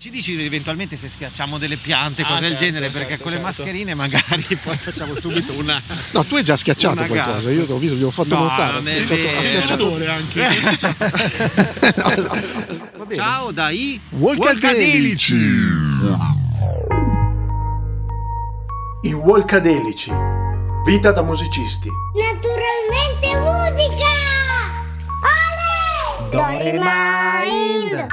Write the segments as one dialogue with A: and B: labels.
A: Ci dici eventualmente se schiacciamo delle piante, cose
B: Ah,
A: del
B: certo,
A: genere, perché
B: certo,
A: con le
B: certo.
A: mascherine magari poi facciamo subito una...
C: No, tu hai già schiacciato
A: Una
C: qualcosa,
A: gaffa.
C: io ho visto, gli ho fatto Cioè,
A: No,
C: notare.
A: non è
C: ho schiacciato-
A: vero. Eh.
C: ho schiacciato-
B: Allenatore anche.
C: No, no, va bene.
A: Ciao da I
C: Volcadelici.
D: I Walkadelici. Vita da musicisti.
E: Naturalmente musica! Ale! Doremind!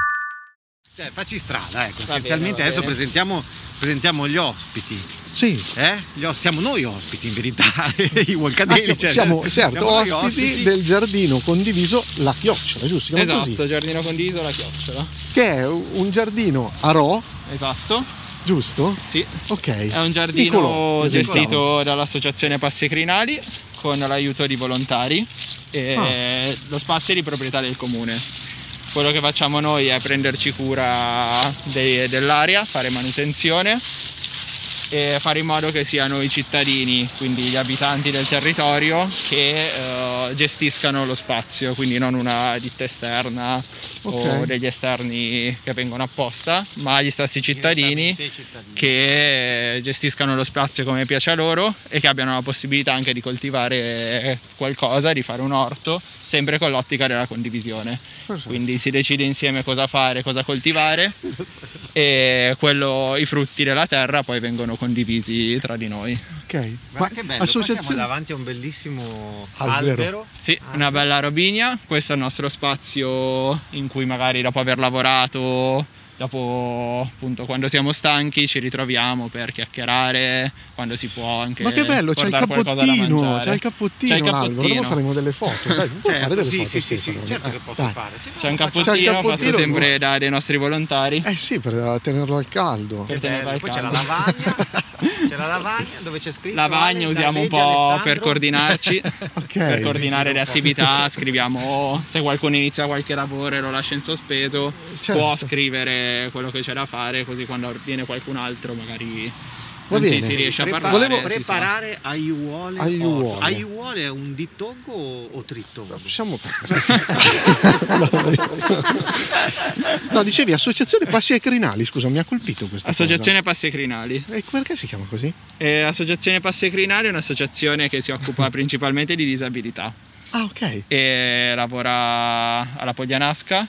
A: Cioè, facci strada, ecco.
B: Va
A: Essenzialmente
B: bene, va
A: adesso
B: bene.
A: presentiamo, presentiamo gli ospiti.
C: Sì,
A: Eh? Gli os- siamo noi ospiti in verità, i
C: Ah,
A: Wolcadelici.
C: siamo,
A: cioè,
C: siamo, certo,
A: noi
C: ospiti, del giardino condiviso La Chiocciola, giusto? Si chiama
B: Esatto,
C: così?
B: giardino condiviso, la chiocciola.
C: Che è un giardino a Ro,
B: Esatto,
C: giusto?
B: sì.
C: Ok.
B: È un giardino
C: Piccolo, così
B: gestito
C: diciamo.
B: dall'associazione Passi Crinali con l'aiuto di volontari e lo spazio è di proprietà del comune. Quello che facciamo noi è prenderci cura dei- dell'area, fare manutenzione e fare in modo che siano i cittadini, quindi gli abitanti del territorio, che eh, gestiscano lo spazio, quindi non una ditta esterna
C: Ok.
B: o degli esterni che vengono apposta, ma gli stessi cittadini che gestiscano lo spazio come piace a loro e che abbiano la possibilità anche di coltivare qualcosa, di fare un orto, sempre con l'ottica della condivisione.
C: Esatto.
B: Quindi si decide insieme cosa fare, cosa coltivare e quello- i frutti della terra poi vengono condivisi tra di noi.
C: Ok.
A: Ma che bello,
C: associazione-
A: qua siamo davanti a un bellissimo
C: Albero.
A: albero. Ah,
B: Sì,
C: Ah,
B: una bella robinia, questo è il nostro spazio in cui magari dopo aver lavorato, dopo appunto quando siamo stanchi ci ritroviamo per chiacchierare, quando si può anche
C: Ma che bello, c'è il
B: portare qualcosa da
C: cappottino,
B: mangiare.
C: c'è il cappottino,
B: C'è il
C: l'albero, dovremmo
B: cappottino. Certo.
C: faremo delle foto, dai, puoi fare
A: Certo,
C: delle
A: sì,
C: foto,
A: sì, sì, sì,
C: Stefano,
A: certo
C: eh,
A: che posso
C: dai.
A: fare. Se no,
B: C'è un
A: facciamo-
B: cappottino,
C: cappottino,
B: fatto sempre da- dai nostri volontari.
C: Eh sì, per tenerlo al caldo.
B: Per
A: Che
B: tenere
A: bello.
B: al
A: Eh, Poi c'è la
B: caldo.
A: lavagna, c'è la lavagna dove c'è scritto
B: Lavagna
A: Ale,
B: usiamo un
A: Galleggi,
B: po'
A: Alessandro.
B: per coordinarci,
C: Ok.
B: per coordinare le attività, scriviamo se qualcuno inizia qualche lavoro e lo lascia in sospeso,
C: Certo.
B: può scrivere quello che c'è da fare, così quando viene qualcun altro magari
C: Va
B: non si,
C: bene.
B: si riesce a
A: Prepar-
B: parlare.
A: Volevo
B: si sa.
A: preparare aiuole.
C: Aiuole.
A: orto. Aiuole è un dittongo o, o trittongo?
C: Possiamo... no, dicevi associazione passi ai crinali, scusa, mi ha colpito questa cosa.
B: Associazione Passi Crinali.
C: E perché si chiama così?
B: Eh, Associazione Passi Crinali è un'associazione che si occupa principalmente di disabilità
C: Ah, ok.
B: e lavora alla Poglianasca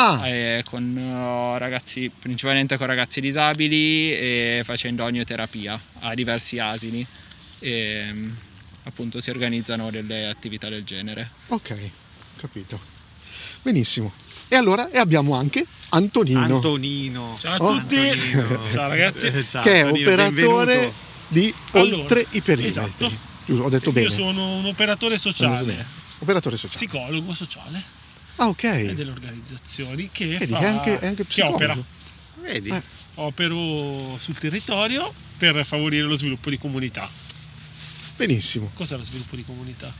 C: Ah,
B: eh, con eh, ragazzi, principalmente con ragazzi disabili e facendo onioterapia a diversi asini. E, mm, appunto si organizzano delle attività del genere.
C: ok, capito. Benissimo. E allora, e abbiamo anche Antonino,
A: Antonino.
F: Ciao a
C: Oh.
F: tutti!
A: Antonino.
F: Ciao ragazzi!
A: Ciao,
C: che è
A: Antonino,
C: operatore
A: benvenuto.
C: di
F: Allora,
C: Oltre i Perimetri.
F: esatto.
C: Giusto, ho detto bene.
F: Io sono un operatore
C: Ho detto
F: sociale,
C: bene. Operatore sociale.
F: psicologo sociale
C: Ah,
F: e
C: ok.
F: delle organizzazioni che,
C: Vedi,
F: fa,
C: è anche, è anche
F: che
C: psicologo.
F: opera.
A: Vedi?
C: Eh.
F: Opero sul territorio per favorire lo sviluppo di comunità.
C: Benissimo,
F: Cos'è lo sviluppo di comunità?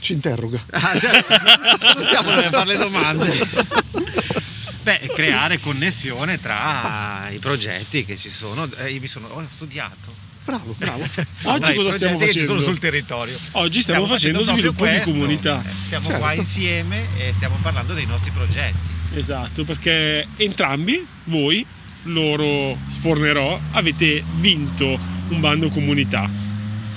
C: ci interroga.
A: Ah, già, non stiamo dove fare le domande. Beh, creare connessione tra i progetti che ci sono. Eh, io mi sono ho studiato.
C: Bravo, bravo.
F: Oggi
A: Dai, i
F: cosa
A: progetti che
F: stiamo
A: ci
F: facendo?
A: sono sul territorio.
F: Oggi stiamo, facendo,
A: proprio
F: sviluppo di
A: questo.
F: comunità.
A: Eh, Siamo
C: Certo.
A: qua insieme e stiamo parlando dei nostri progetti.
F: Esatto, perché entrambi voi, loro sfornerò, avete vinto un bando comunità.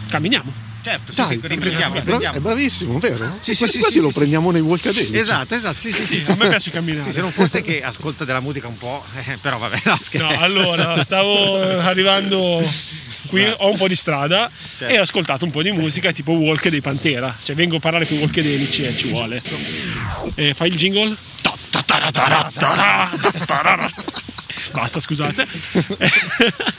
F: Camminiamo.
A: Certo, sì,
C: Dai,
A: sì, riprendiamo,
C: è,
A: riprendiamo.
C: bra- è bravissimo, vero?
A: Sì, sì,
C: Questi
A: sì,
C: quasi
A: sì,
C: lo
A: sì,
C: prendiamo nei Volcadelici.
A: Esatto, esatto, sì, sì, sì.
F: A me piace camminare.
A: Sì, se non fosse che ascolta della musica un po', eh, però vabbè, no, scherzo.
F: No, allora, stavo eh, arrivando qui,
A: Beh.
F: ho un po' di strada
A: Certo.
F: e ho ascoltato un po' di musica tipo Walk dei Pantera. Cioè, vengo a parlare con Walkedelici e ci vuole. Eh, fai il jingle? Ta ta ta ta ta ta ta. Basta, scusate.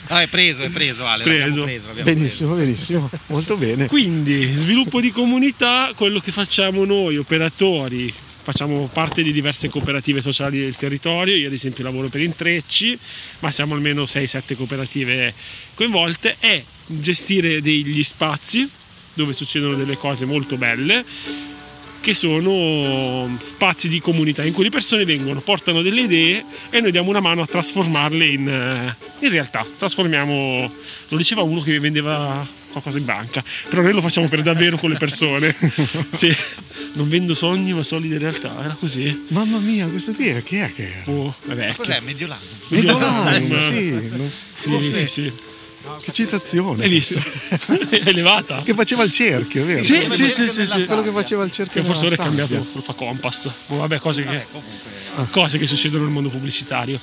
A: Ah, è preso, è preso Ale,
F: Preso.
A: l'abbiamo preso, l'abbiamo
C: Benissimo, benissimo, molto bene.
F: Quindi, sviluppo di comunità, quello che facciamo noi operatori, facciamo parte di diverse cooperative sociali del territorio, io ad esempio lavoro per Intrecci, ma siamo almeno 6-7 cooperative coinvolte, è gestire degli spazi dove succedono delle cose molto belle che sono spazi di comunità in cui le persone vengono, portano delle idee e noi diamo una mano a trasformarle in, eh, in realtà. Trasformiamo, lo diceva uno che vendeva qualcosa in banca, però noi lo facciamo per davvero con le persone. Sì. non vendo sogni ma solide realtà, era così.
C: Mamma mia, questo qui è chi è che era?
F: Oh, è vecchio.
A: Cos'è? Mediolanum?
C: Mediolanum,
F: Mediolanum.
C: sì, no?
F: Sì, sì, sì.
C: che citazione.
F: Hai visto? è elevata.
C: Che faceva il cerchio, vero?
F: Sì, sì, sì, sì, sì.
C: Quello che faceva il cerchio.
F: Che forse ora è
C: nella
F: cambiato,
C: sabbia.
F: lo fa Compass. Oh, Vabbè, cose che, cose che succedono nel mondo pubblicitario.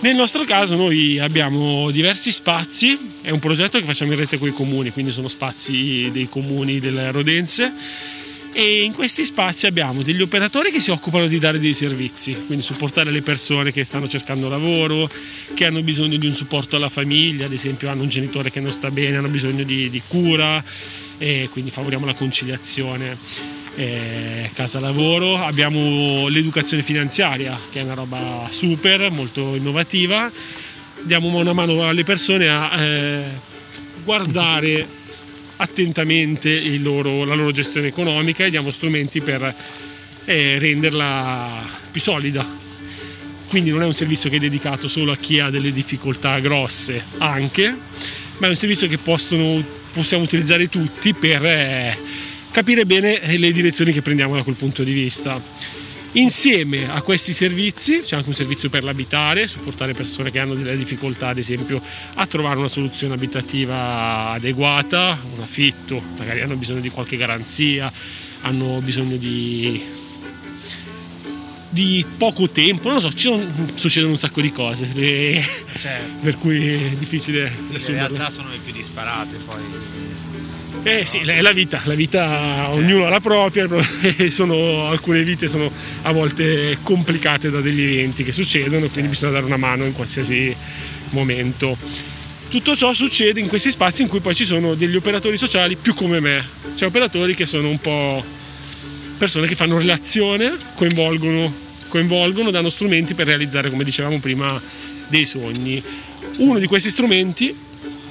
F: Nel nostro caso noi abbiamo diversi spazi, è un progetto che facciamo in rete con i comuni, quindi sono spazi dei comuni delle Rodense. E in questi spazi abbiamo degli operatori che si occupano di dare dei servizi, quindi supportare le persone che stanno cercando lavoro, che hanno bisogno di un supporto alla famiglia, ad esempio hanno un genitore che non sta bene, hanno bisogno di, di cura e quindi favoriamo la conciliazione eh, casa-lavoro. Abbiamo l'educazione finanziaria, che è una roba super, molto innovativa. Diamo una mano alle persone a eh, guardare attentamente il loro- la loro gestione economica e diamo strumenti per eh, renderla più solida. Quindi non è un servizio che è dedicato solo a chi ha delle difficoltà grosse, anche, ma è un servizio che possono- possiamo utilizzare tutti per eh, capire bene eh, le direzioni che prendiamo da quel punto di vista. Insieme a questi servizi c'è anche un servizio per l'abitare, supportare persone che hanno delle difficoltà, ad esempio, a trovare una soluzione abitativa adeguata, un affitto, magari hanno bisogno di qualche garanzia, hanno bisogno di, di poco tempo, non lo so, ci sono- succedono un sacco di cose, e-
A: Cioè,
F: per cui è difficile
A: le
F: assumerle.
A: realtà sono le più disparate poi.
F: Eh sì, è la vita, la vita ognuno ha la propria, e sono- alcune vite sono a volte complicate da degli eventi che succedono, quindi bisogna dare una mano in qualsiasi momento. Tutto ciò succede in questi spazi in cui poi ci sono degli operatori sociali più come me, cioè operatori che sono un po' persone che fanno relazione, coinvolgono, coinvolgono, danno strumenti per realizzare, come dicevamo prima, dei sogni. Uno di questi strumenti,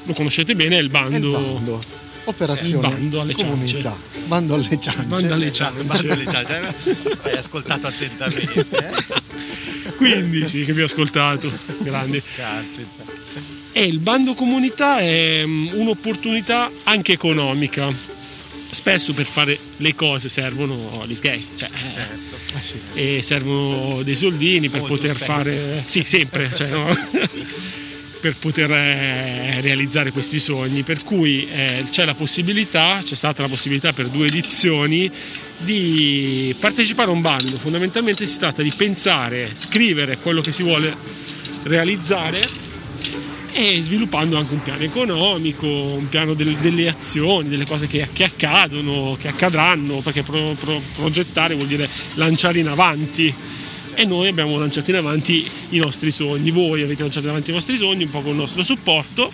F: lo conoscete bene, è
C: È
F: il
C: il
F: bando.
C: bando. Operazione.
F: Il bando alle
C: comunità. Bando alle ciance.
F: Bando alle ciance.
A: Hai ascoltato attentamente. eh?
F: Quindi sì, che vi ho ascoltato, grandi.
A: Caspita.
C: Certo,
F: E il bando comunità è mm, un'opportunità anche economica. Spesso per fare le cose servono gli sgay, cioè, eh, e servono dei soldini per
A: Certo. Molto
F: poter
A: spesso.
F: fare... Sì, sempre, cioè, no? per poter eh, realizzare questi sogni. Per cui eh, c'è la possibilità, c'è stata la possibilità per due edizioni di partecipare a un bando. Fondamentalmente si tratta di pensare, scrivere quello che si vuole realizzare e sviluppando anche un piano economico, un piano del- delle azioni, delle cose che, che accadono, che accadranno, perché pro- pro- progettare vuol dire lanciare in avanti. E noi abbiamo lanciato in avanti i nostri sogni, voi avete lanciato in avanti i vostri sogni, un po' con il nostro supporto.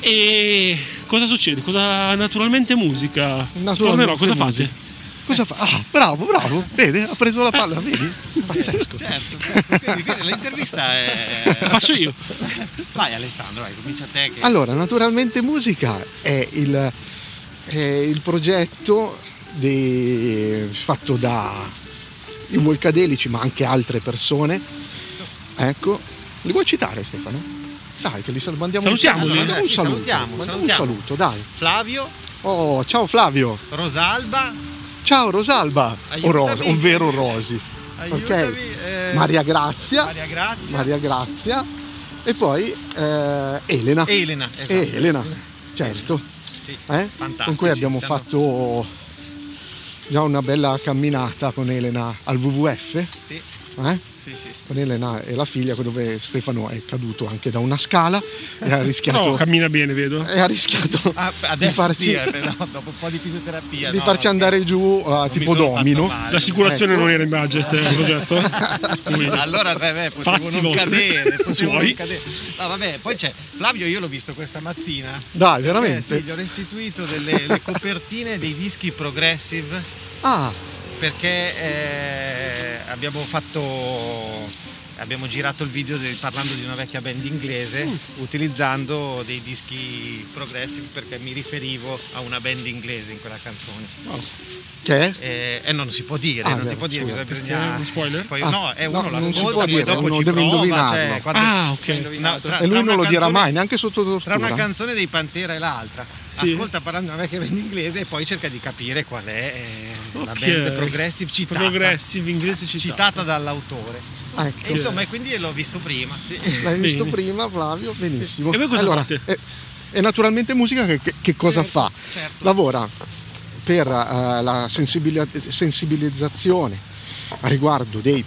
F: E cosa succede? Cosa naturalmente musica? Tornerò, cosa fate?
C: Cosa fa? Ah, bravo, bravo. Bene, ha preso la palla, vedi?
F: Eh,
C: Pazzesco.
A: Certo, certo. Quindi, quindi l'intervista
C: Eh.
F: La
A: è...
F: faccio io.
A: Vai Alessandro, vai, comincia te che...
C: Allora, naturalmente musica è il, è il progetto di- fatto da i Volcadelici, ma anche altre persone. Ecco, li vuoi citare Stefano? Dai, che li sal- mandiamo un
F: Salutiamoli.
C: saluto. Mandiamo un
A: Ragazzi,
C: saluto.
A: salutiamo,
C: mandiamo
A: salutiamo.
C: un saluto, dai.
A: Flavio,
C: Oh, ciao Flavio.
A: Rosalba,
C: Ciao Rosalba. O Ros-
A: Aiutami.
C: ovvero Rosi.
A: aiutami. eh,
C: Maria Grazia.
A: Maria Grazia.
C: Maria Grazia. E poi eh, Elena.
A: Elena. esatto.
C: E Elena, certo.
A: Sì.
C: Eh?
A: Fantastici,
C: Con cui abbiamo
A: siamo-
C: fatto già una bella camminata con Elena al WWF,
A: Sì,
C: eh?
A: sì, sì. sì.
C: con Elena e la figlia, dove Stefano è caduto anche da una scala e ha
F: No,
C: rischiato,
F: cammina bene, vedo.
C: e ha rischiato
A: Ah,
C: di
A: adesso
C: farci,
A: sì, eh, no, dopo un po' di fisioterapia.
C: di
A: no,
C: farci
A: no,
C: andare giù eh,
A: non mi
C: tipo
A: sono fatto
C: domino.
A: male.
F: L'assicurazione non era in budget, eh, il progetto.
A: allora beh, beh, potevo
F: Fatti
A: non
F: vostri.
A: cadere, potevo non
F: Suoi.
A: cadere. No, vabbè, poi c'è Flavio, io l'ho visto questa mattina.
C: Dai,
A: Eh,
C: veramente.
A: sì, gli ho restituito delle le copertine dei dischi progressive
C: Ah,
A: perché eh, abbiamo fatto abbiamo girato il video de- parlando di una vecchia band inglese
F: Mm.
A: utilizzando dei dischi progressive perché mi riferivo a una band inglese in quella canzone.
C: Che è?
A: E, e Eh, non si può dire,
C: Ah,
A: non
C: vero,
A: si può dire,
C: scusa,
A: bisogna bisogna-
F: uno spoiler?
A: Poi,
C: Ah,
A: no, è uno
C: no,
A: l'ascolta,
C: non si può
A: poi
C: dire,
A: dopo
C: uno
A: ci
C: deve
A: prova,
C: indovinarlo.
A: cioè, quando-
F: Ah, ok.
A: Ci ha indovinato. Tra-
C: E
A: tra
C: lui non
A: una
C: lo dirà
A: canzone-
C: mai, neanche sotto
A: Tra
C: tortura.
A: una canzone dei Pantera e l'altra,
F: Sì.
A: ascolta parlando una vecchia band inglese e poi cerca di capire qual è eh, la
F: Ok.
A: band progressive citata,
F: Progressive inglese
A: citata
F: citata.
A: dall'autore.
C: Ah, ecco.
A: E insomma, e quindi l'ho visto prima. sì.
C: L'hai visto
F: Bene.
C: prima, Flavio? Benissimo.
F: E voi cosa
C: allora,
F: fate?
C: E, e naturalmente musica che, che- che cosa
A: Certo,
C: fa?
A: certo.
C: Lavora per eh, la sensibili- sensibilizzazione a riguardo dei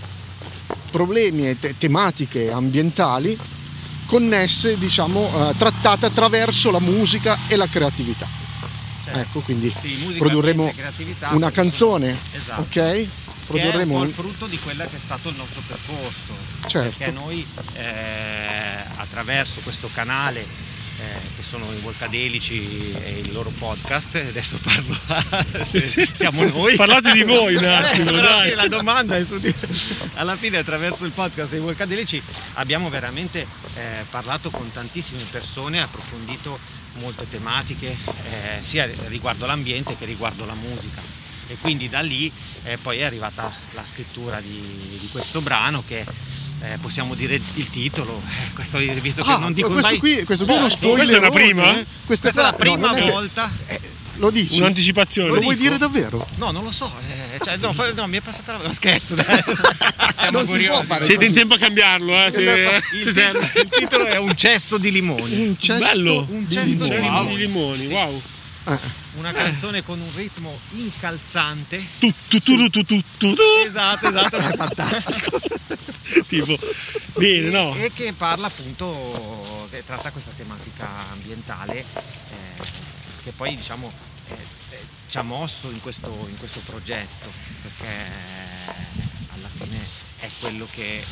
C: problemi e te- tematiche ambientali connesse, diciamo, eh, trattate attraverso la musica e la creatività.
A: Certo.
C: Ecco, quindi
A: Sì, musica,
C: produrremo
A: ambiente, creatività, produrremo-
C: una canzone,
A: Esatto.
C: ok? Produrremo
A: che è un
C: un-
A: po' il frutto di quello che è stato il nostro percorso.
C: Certo.
A: Perché noi eh, attraverso questo canale eh, che sono i Volcadelici e il loro podcast, adesso parlo se- siamo noi.
F: Parlate di voi un attimo,
A: Eh, però sì,
F: dai.
A: la domanda è su di... alla fine attraverso il podcast dei Volcadelici abbiamo veramente eh, parlato con tantissime persone, approfondito molte tematiche eh, sia riguardo l'ambiente che riguardo la musica e quindi da lì eh, poi è arrivata la scrittura di, di questo brano che eh, possiamo dire il titolo eh, questo, visto che
C: Ah,
A: non dico
C: questo
A: mai
C: qui, questo qui è uno
A: Eh, sì,
C: spoilerone,
F: questa è la prima?
C: eh.
A: questa è la
C: qua- no,
A: prima
C: non è che-
A: volta
C: eh, lo dici?
F: Un'anticipazione.
C: Lo vuoi
A: dico?
C: dire davvero?
A: no non lo so eh, cioè, no, fa- no, mi è passata la no, scherzo dai. siamo
C: Non si può
A: curiosi
C: fare
F: Siete in
C: così.
F: tempo a cambiarlo, eh? Se,
A: il,
F: se
A: titolo,
F: serve.
A: il titolo è un cesto di limoni
C: Un cesto
F: Bello.
C: di
A: Un
F: Un
A: cesto
C: limoni.
A: di
F: cesto
A: Wow.
F: di limoni,
A: Sì.
F: wow.
C: Ah,
A: una canzone con un ritmo incalzante
F: Tu, tu, tu, tu, tu, tu, tu, tu.
A: esatto esatto è fantastico
C: Esatto.
F: Tipo, bene, no?
A: e che parla appunto che tratta questa tematica ambientale eh, che poi diciamo eh, eh, ci ha mosso in questo, in questo progetto perché alla fine è quello che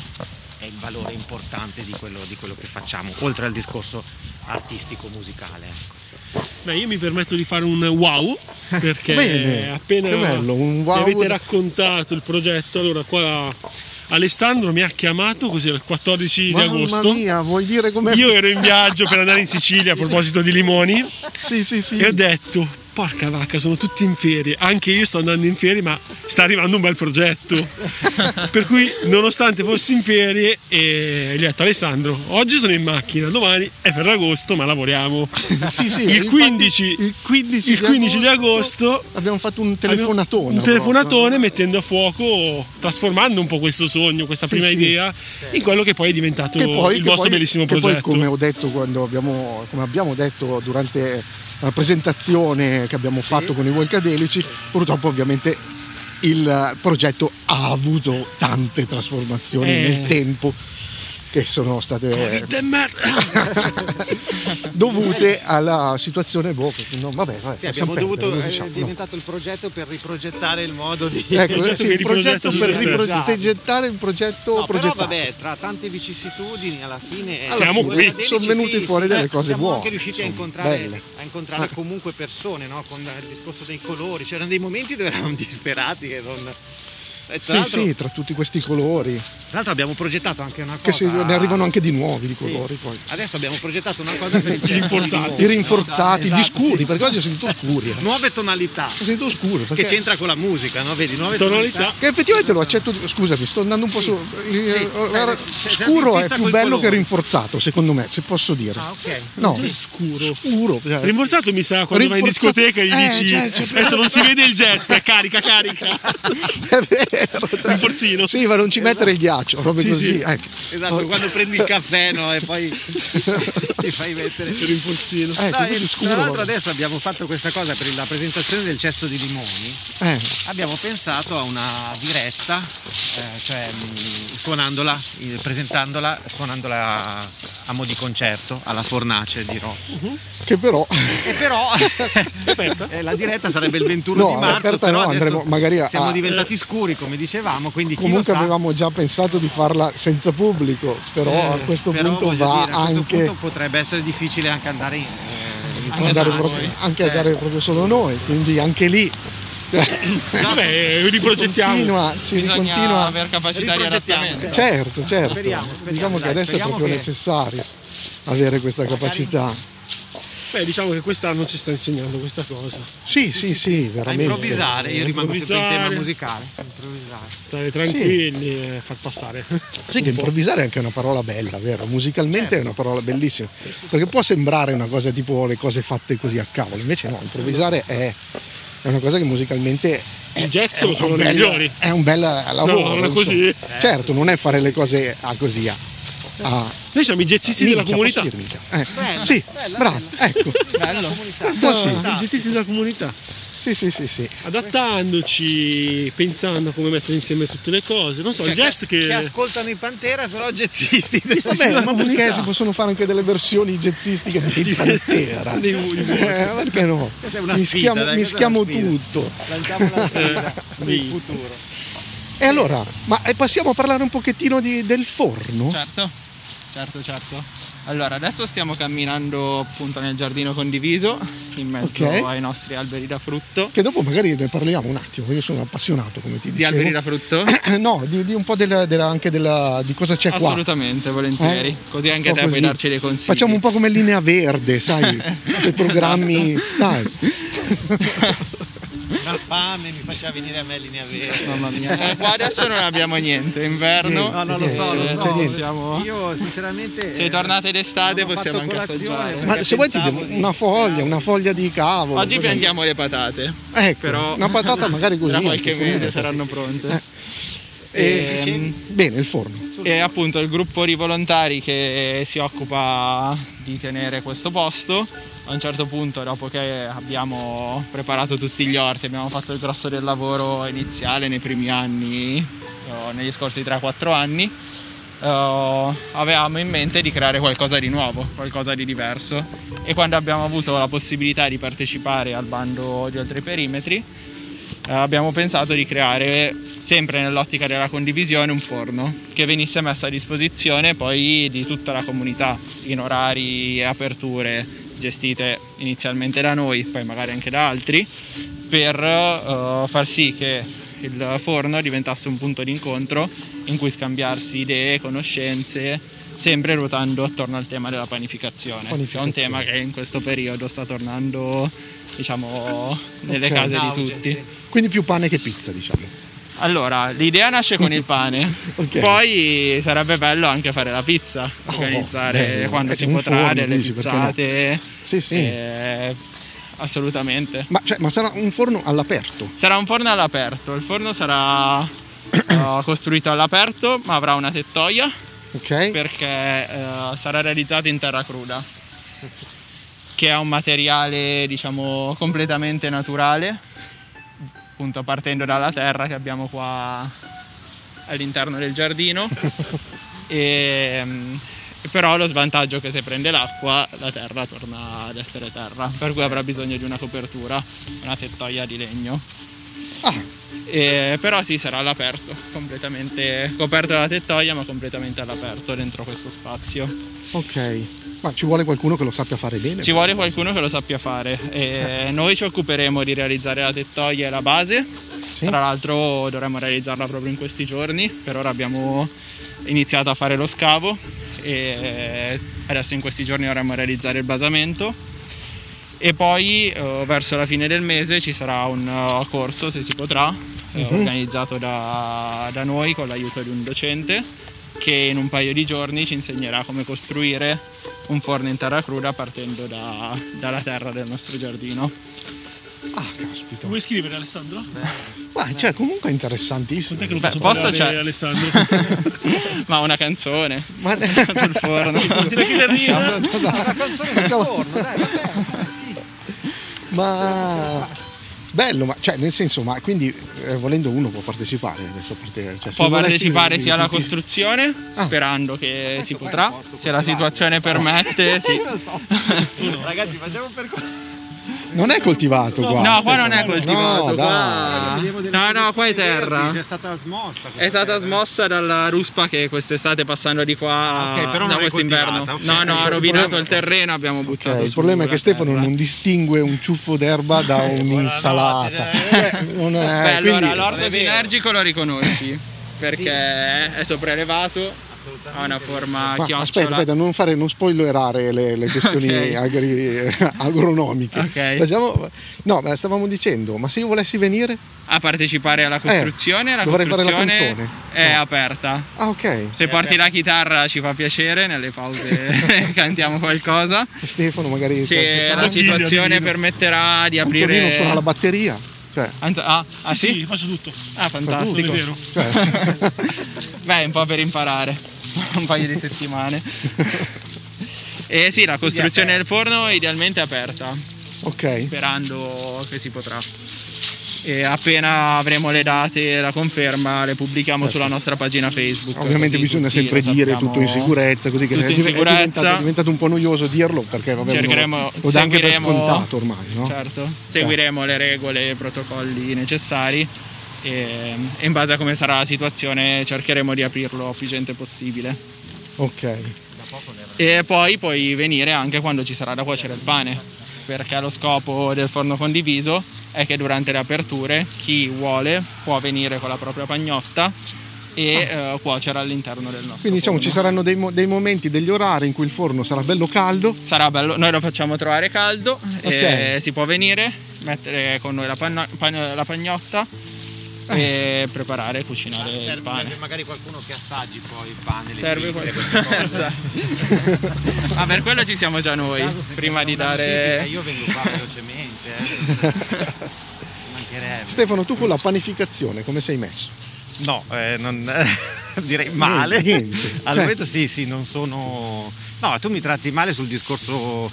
A: è il valore importante di quello, di quello che facciamo oltre al discorso artistico musicale ecco.
F: Beh, io mi permetto di fare un wow perché
C: Bene,
F: appena
C: che bello, un wow.
F: mi avete raccontato il progetto, allora qua Alessandro mi ha chiamato così il 14 di agosto.
C: Mamma mia, vuoi dire com'è?
F: Io ero in viaggio per andare in Sicilia a proposito di limoni
C: Sì, sì, sì.
F: e ho detto porca vacca sono tutti in ferie anche io sto andando in ferie ma sta arrivando un bel progetto per cui nonostante fossi in ferie eh, gli ho detto Alessandro oggi sono in macchina domani è Ferragosto ma lavoriamo
C: Sì, sì,
F: il
C: infatti,
F: 15
C: il 15
F: il 15 di agosto
C: abbiamo fatto un telefonatone. eh.
F: un telefonatone
C: proprio.
F: mettendo a fuoco trasformando un po' questo sogno questa
C: Sì,
F: prima
C: sì.
F: idea in quello che poi è diventato
C: Che poi,
F: il
C: che
F: vostro
C: poi-
F: bellissimo
C: che poi,
F: progetto
C: come ho detto quando abbiamo, come abbiamo detto durante la presentazione che abbiamo fatto con i Volcadelici, purtroppo ovviamente il eh, progetto ha avuto tante trasformazioni
F: Eh.
C: nel tempo che sono state eh,
F: Che merda!
C: dovute alla situazione boh, che- no, vabbè, vabbè,
A: Sì,
C: possiamo
A: abbiamo dovuto,
C: perdere,
A: eh,
C: lo
A: è
C: diciamo, no.
A: diventato il progetto per riprogettare il modo di...
C: Ecco,
F: progetto
C: sì,
F: che
C: il
F: riprogetta
C: progetto Esatto.
F: su
C: per
F: se stesso.
C: riprogettare il progetto
A: No, però
C: progettato.
A: vabbè, tra tante vicissitudini alla fine eh,
F: Siamo
A: quella
F: qui.
A: delici,
C: Sono venuti fuori delle cose
A: eh, siamo
C: buone,
A: anche riusciti
C: insomma,
A: a incontrare,
C: belle.
A: a incontrare
C: Ah.
A: comunque persone, no? Con il discorso dei colori, c'erano dei momenti dove eravamo disperati che non Eh, tra,
C: Sì,
A: l'altro,
C: sì, tra tutti questi colori,
A: tra l'altro abbiamo progettato anche una cosa
C: che se ne arrivano anche di nuovi di
A: Sì.
C: colori poi.
A: Adesso abbiamo progettato una cosa per il
F: I rinforzati.
C: I rinforzati,
A: Esatto,
C: gli scuri,
A: sì.
C: perché oggi ho sentito scuri. eh. Ho
A: Nuove tonalità
C: sentito scuri.
A: che
C: Perché...
A: c'entra con la musica, no? Vedi, nuove
F: Tonalità.
A: tonalità.
C: che effettivamente lo accetto, scusami, sto andando un po' su. eh,
A: Sì,
C: allora,
A: beh, se- se
C: scuro
A: ti
C: è
A: fissa
C: più
A: col
C: bello che
A: colore.
C: rinforzato, secondo me, se posso dire.
A: Ah, ok.
C: No,
F: Scuro.
C: scuro. cioè-
F: Rinforzato mi sa quando vai in
C: Rinforzato-
F: discoteca e gli
C: Eh,
F: dici
C: cioè, cioè,
F: adesso non si vede il gesto, è carica, carica.
C: è vero, cioè-
F: Rinforzino.
C: Sì, ma non ci mettere il ghiaccio, robe
F: Sì,
C: così.
F: sì.
C: Ecco.
A: Esatto, quando prendi il caffè no, e poi ti fai mettere.
F: Rinforzino.
C: Ecco,
A: Dai,
C: così
A: tra
C: scuro.
A: l'altro adesso abbiamo fatto questa cosa per la presentazione del cesto di limoni,
C: Eh,
A: abbiamo pensato a una diretta, eh, cioè mh, suonandola, eh, presentandola, suonandola a mo' di concerto alla fornace dirò.
C: che Eh, però.
A: E però
F: Aperta?
A: eh, la diretta sarebbe il 21
C: No,
A: di marzo,
C: aperta
A: però
C: no,
A: adesso
C: andremo magari a-
A: siamo diventati scuri come dicevamo, quindi chi lo
C: Comunque
A: sa-
C: avevamo già pensato di farla senza pubblico, però
A: Eh,
C: a questo
A: però
C: punto
A: voglio
C: va
A: dire, a questo
C: anche.
A: punto potrebbe essere difficile anche andare in, eh, in
C: andare
A: fornace.
C: proprio- anche a
A: Eh,
C: dare proprio solo noi, quindi anche lì cioè,
F: Vabbè, riprogettiamo.
C: Continua, si
B: Bisogna
C: continua.
B: aver capacità di
A: Riprogettiamo.
B: adattamento.
C: Certo, certo.
A: Speriamo, speriamo,
C: diciamo che
A: dai,
C: adesso è
A: speriamo
C: proprio
A: che-
C: necessario avere questa capacità.
F: Beh, diciamo che quest'anno ci sta insegnando questa cosa.
C: Sì, sì, sì,
A: A
C: veramente.
A: improvvisare, io rimango sempre in tema
F: Improvvisare.
A: musicale. Improvvisare.
F: Stare tranquilli e far passare.
C: Sai che improvvisare è anche una parola bella, vero? Musicalmente è una
A: Certo.
C: parola bellissima, perché può sembrare una cosa tipo le cose fatte così a cavolo, invece no, improvvisare è, è una cosa che musicalmente è,
F: Il jazz
C: è un
F: sono i
C: bel-
F: migliori.
C: Eh, È un bel eh, lavoro.
F: No, non è
C: insomma.
F: così.
C: Certo, non è fare le cose a così a... a
F: Noi siamo i jazzisti della
C: minchia,
F: comunità.
C: posso
F: I
C: dire minchia? Eh, sì, bravo, ecco.
B: Bello.
A: Cioè,
C: Questo
F: jazzisti della comunità.
C: sì, sì, sì, sì.
F: Adattandoci, pensando a come mettere insieme tutte le cose. Non so, il jazz che.
A: Che ascoltano i Pantera però jazzisti.
C: Vabbè, ma perché
F: comunità.
C: si possono fare anche delle versioni jazzistiche di Pantera?
F: Dei-
C: Eh, perché no?
A: Questa è una sfida,
C: Mischiamo,
A: dai,
C: mischiamo
A: questa è una
C: tutto.
A: Lanciamo la sfida del futuro.
C: E allora, ma eh, passiamo a parlare un pochettino di- del forno?
B: Certo, certo, certo. Allora, adesso stiamo camminando appunto nel giardino condiviso, in mezzo
C: Ok.
B: ai nostri alberi da frutto.
C: Che dopo magari ne parliamo un attimo, io sono appassionato come ti
B: Di
C: dicevo.
B: alberi da frutto?
C: No, di, di un po' della- della- anche della- di cosa c'è qua.
B: Assolutamente, volentieri.
C: Eh?
B: Così anche
C: Un po'
B: te puoi
C: così.
B: darci dei consigli.
C: Facciamo un po' come linea verde, sai, quei programmi... Dai,
A: Una fame mi faceva venire a me linea vera.
B: Mamma mia. Eh, qua adesso non abbiamo niente, è inverno.
A: No, no, lo so, lo
B: Eh,
A: so.
C: c'è niente.
B: siamo-
A: Io sinceramente...
B: Se tornate d'estate
A: non ho
B: possiamo
A: fatto
B: anche
A: colazione,
B: assaggiare.
A: perché
C: ma se vuoi ti
A: pensavo
C: devo
A: di-
C: una foglia, una foglia di cavolo.
B: Oggi
C: cos'è?
B: piantiamo le patate.
C: Ecco,
B: però-
C: una patata magari così.
B: Tra qualche
C: anche,
B: mese
C: comunque.
B: saranno pronte.
C: Eh,
B: Ehm,
C: Bene, il forno.
B: E appunto il gruppo di volontari che si occupa di tenere questo posto, a un certo punto dopo che abbiamo preparato tutti gli orti, abbiamo fatto il grosso del lavoro iniziale nei primi anni, o negli scorsi 3-4 anni, eh, avevamo in mente di creare qualcosa di nuovo, qualcosa di diverso e quando abbiamo avuto la possibilità di partecipare al bando di oltre i perimetri eh, abbiamo pensato di creare, sempre nell'ottica della condivisione, un forno che venisse messo a disposizione poi di tutta la comunità in orari e aperture gestite inizialmente da noi, poi magari anche da altri, per eh, far sì che il forno diventasse un punto di incontro in cui scambiarsi idee, conoscenze, sempre ruotando attorno al tema della panificazione, che è un
C: Panificazione.
B: tema che in questo periodo sta tornando diciamo nelle
C: Ok.
B: case
A: In
B: di
A: auge,
B: tutti.
A: sì.
C: Quindi più pane che pizza, diciamo.
B: Allora, l'idea nasce con il pane,
C: Ok.
B: poi sarebbe bello anche fare la pizza,
C: Oh,
B: organizzare
C: bello.
B: quando
C: Eh,
B: si
C: un
B: potrà
C: forno,
B: delle
C: dici, perché no?
B: pizzate.
C: Sì, sì.
B: eh, assolutamente.
C: Ma, cioè, ma sarà un forno all'aperto.
B: Sarà un forno all'aperto, il forno sarà eh, costruito all'aperto ma avrà una tettoia
C: Ok?
B: perché eh, sarà realizzato in terra cruda, che è un materiale diciamo completamente naturale, appunto partendo dalla terra che abbiamo qua all'interno del giardino. e, mm, però lo svantaggio è che se prende l'acqua la terra torna ad essere terra, per cui avrà bisogno di una copertura, una tettoia di legno.
C: Ah,
B: E- Eh, però sì, sarà all'aperto, completamente coperto dalla tettoia, ma completamente all'aperto dentro questo spazio.
C: ok. Ma ci vuole qualcuno che lo sappia fare bene?
B: Ci vuole qualcuno che lo sappia fare. E noi ci occuperemo di realizzare la tettoia e la base.
C: Sì?
B: Tra l'altro dovremmo realizzarla proprio in questi giorni. Per ora abbiamo iniziato a fare lo scavo e adesso in questi giorni dovremmo realizzare il basamento. E poi eh, verso la fine del mese ci sarà un eh, corso, se si potrà, eh,
C: Mhm.
B: organizzato da, da noi con l'aiuto di un docente che in un paio di giorni ci insegnerà come costruire un forno in terra cruda partendo da- dalla terra del nostro giardino.
C: Ah, caspita.
F: Vuoi scrivere Alessandro?
C: Ma cioè, comunque è interessantissimo.
F: Te che non
B: Beh,
F: posso
B: posto
F: parlare,
B: c'è.
F: Alessandro.
B: Ma una canzone
C: Ma
B: sul forno.
F: Tira chitarrina.
A: Una canzone del
C: Facciamo-
A: forno, dai, vabbè, sì.
C: ma bello, ma cioè, nel senso, ma quindi eh, volendo uno può partecipare adesso a parte- cioè, se
B: Può
C: volessi-
B: partecipare sia alla
C: tutti-
B: costruzione,
C: Ah.
B: sperando che si
A: qua è
B: potrà,
A: morto,
B: se la
A: questo
B: situazione permette, sì.
A: Ragazzi, facciamo un percorso.
C: Non è coltivato qua.
B: No, qua non è
C: No,
B: coltivato. qua.
C: dai.
B: Ah. No, no, qua è terra.
A: È stata smossa. questa
B: È stata
A: terra.
B: smossa dalla ruspa che quest'estate passando di qua.
A: Ok, però non
B: no,
A: è
B: quest'inverno.
A: coltivata, ok.
B: No, no, ha
A: Il
B: rovinato
A: problema-
B: il terreno, abbiamo buttato.
C: Cioè, il
B: su
C: problema è
B: la
C: che Stefano
B: terra.
C: non distingue un ciuffo d'erba da un'insalata. Cioè, non è-
B: Eh, Beh, allora
C: quindi-
A: Non è
B: l'orto
A: vero.
B: sinergico lo riconosci perché è sopraelevato, ha una forma
C: Ma
B: chiocciola.
C: aspetta, aspetta, non, fare, non spoilerare le, le questioni
B: Ok.
C: agri- agronomiche.
B: Ok.
C: Facciamo- no, ma stavamo dicendo, ma se io volessi venire?
B: A partecipare alla costruzione, la
C: Eh, dovrei fare la
B: costruzione
C: canzone.
B: è
C: No.
B: aperta.
C: Ah, ok.
B: Se porti la chitarra ci fa piacere, nelle pause cantiamo qualcosa.
C: Stefano magari cioè,
B: Se
C: Antonino
B: la
F: Addio,
B: situazione
F: addio.
B: permetterà di eh, aprire...
C: suona la batteria. Cioè,
B: Ant- ah, ah,
F: sì,
B: sì?
F: faccio tutto.
B: Ah,
F: Non è
B: fantastico. Cioè,
F: vero.
B: Beh, un po' per imparare, un paio di settimane. E sì, la costruzione del forno idealmente è aperta,
C: ok.
B: sperando che si potrà. E appena avremo le date e la conferma, le pubblichiamo sulla nostra pagina Facebook.
C: Certo. Ovviamente
B: così
C: bisogna
B: tutti
C: sempre
B: lo
C: dire
B: sappiamo.
C: tutto in sicurezza, così che
B: tutto
C: è,
B: in
C: div- è
B: sicurezza.
C: diventato, è diventato un po' noioso dirlo perché vabbè, lo-
B: Cercheremo-
C: lo dà anche per
B: seguiremo-
C: scontato ormai, no? Cioè.
B: Certo, seguiremo le regole e i protocolli necessari e, e in base a come sarà la situazione cercheremo di aprirlo più gente possibile.
C: Ok.
B: E poi puoi venire anche quando ci sarà da cuocere il pane, perché lo scopo del forno condiviso è che durante le aperture chi vuole può venire con la propria pagnotta e eh, cuocere all'interno del nostro
C: Quindi diciamo
B: forno.
C: ci saranno dei, mo- dei momenti, degli orari in cui il forno sarà bello caldo.
B: Sarà bello, noi lo facciamo trovare caldo, e
C: Ok.
B: si può venire, mettere con noi la, panno- pan- la pagnotta e preparare e cucinare
A: Serve,
B: il pane.
A: serve magari qualcuno che assaggi poi il pane, le
B: Serve Esatto.
A: pizze,
B: qualcosa. ah, per quello ci siamo già noi, prima di
A: Eh,
B: dare...
A: Io vengo qua velocemente. Eh. Ci Mancherebbe.
C: Stefano, tu con la panificazione come sei messo?
A: No, eh, non, direi male.
C: Niente, niente.
A: Al momento sì, sì, non sono... No, tu mi tratti male sul discorso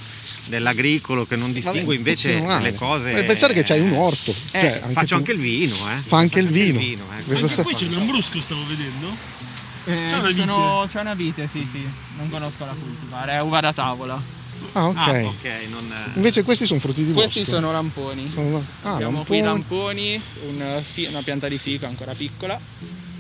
A: dell'agricolo che non distingo
C: Vabbè,
A: invece
C: meno male.
A: le cose...
C: Puoi pensare che c'hai un orto,
A: Eh,
C: cioè, anche
A: faccio
C: tu.
A: anche il vino, eh.
C: Fa anche il
A: Faccio
C: vino.
A: eh.
C: Questa
F: Anche
C: sta-
F: qui c'è l'ambrusco, stavo vedendo.
B: Eh,
F: C'è una
B: ci sono- c'è una vite, sì, sì. Non conosco la cultivare, è uva da tavola.
C: Ah, ok.
A: Ah, ok, non... eh,
C: Invece questi sono frutti di
B: Questi
C: bosco.
B: sono lamponi.
C: Sono- Ah,
B: Abbiamo
C: lamponi.
B: qui lamponi, un fi- una pianta di fico ancora piccola,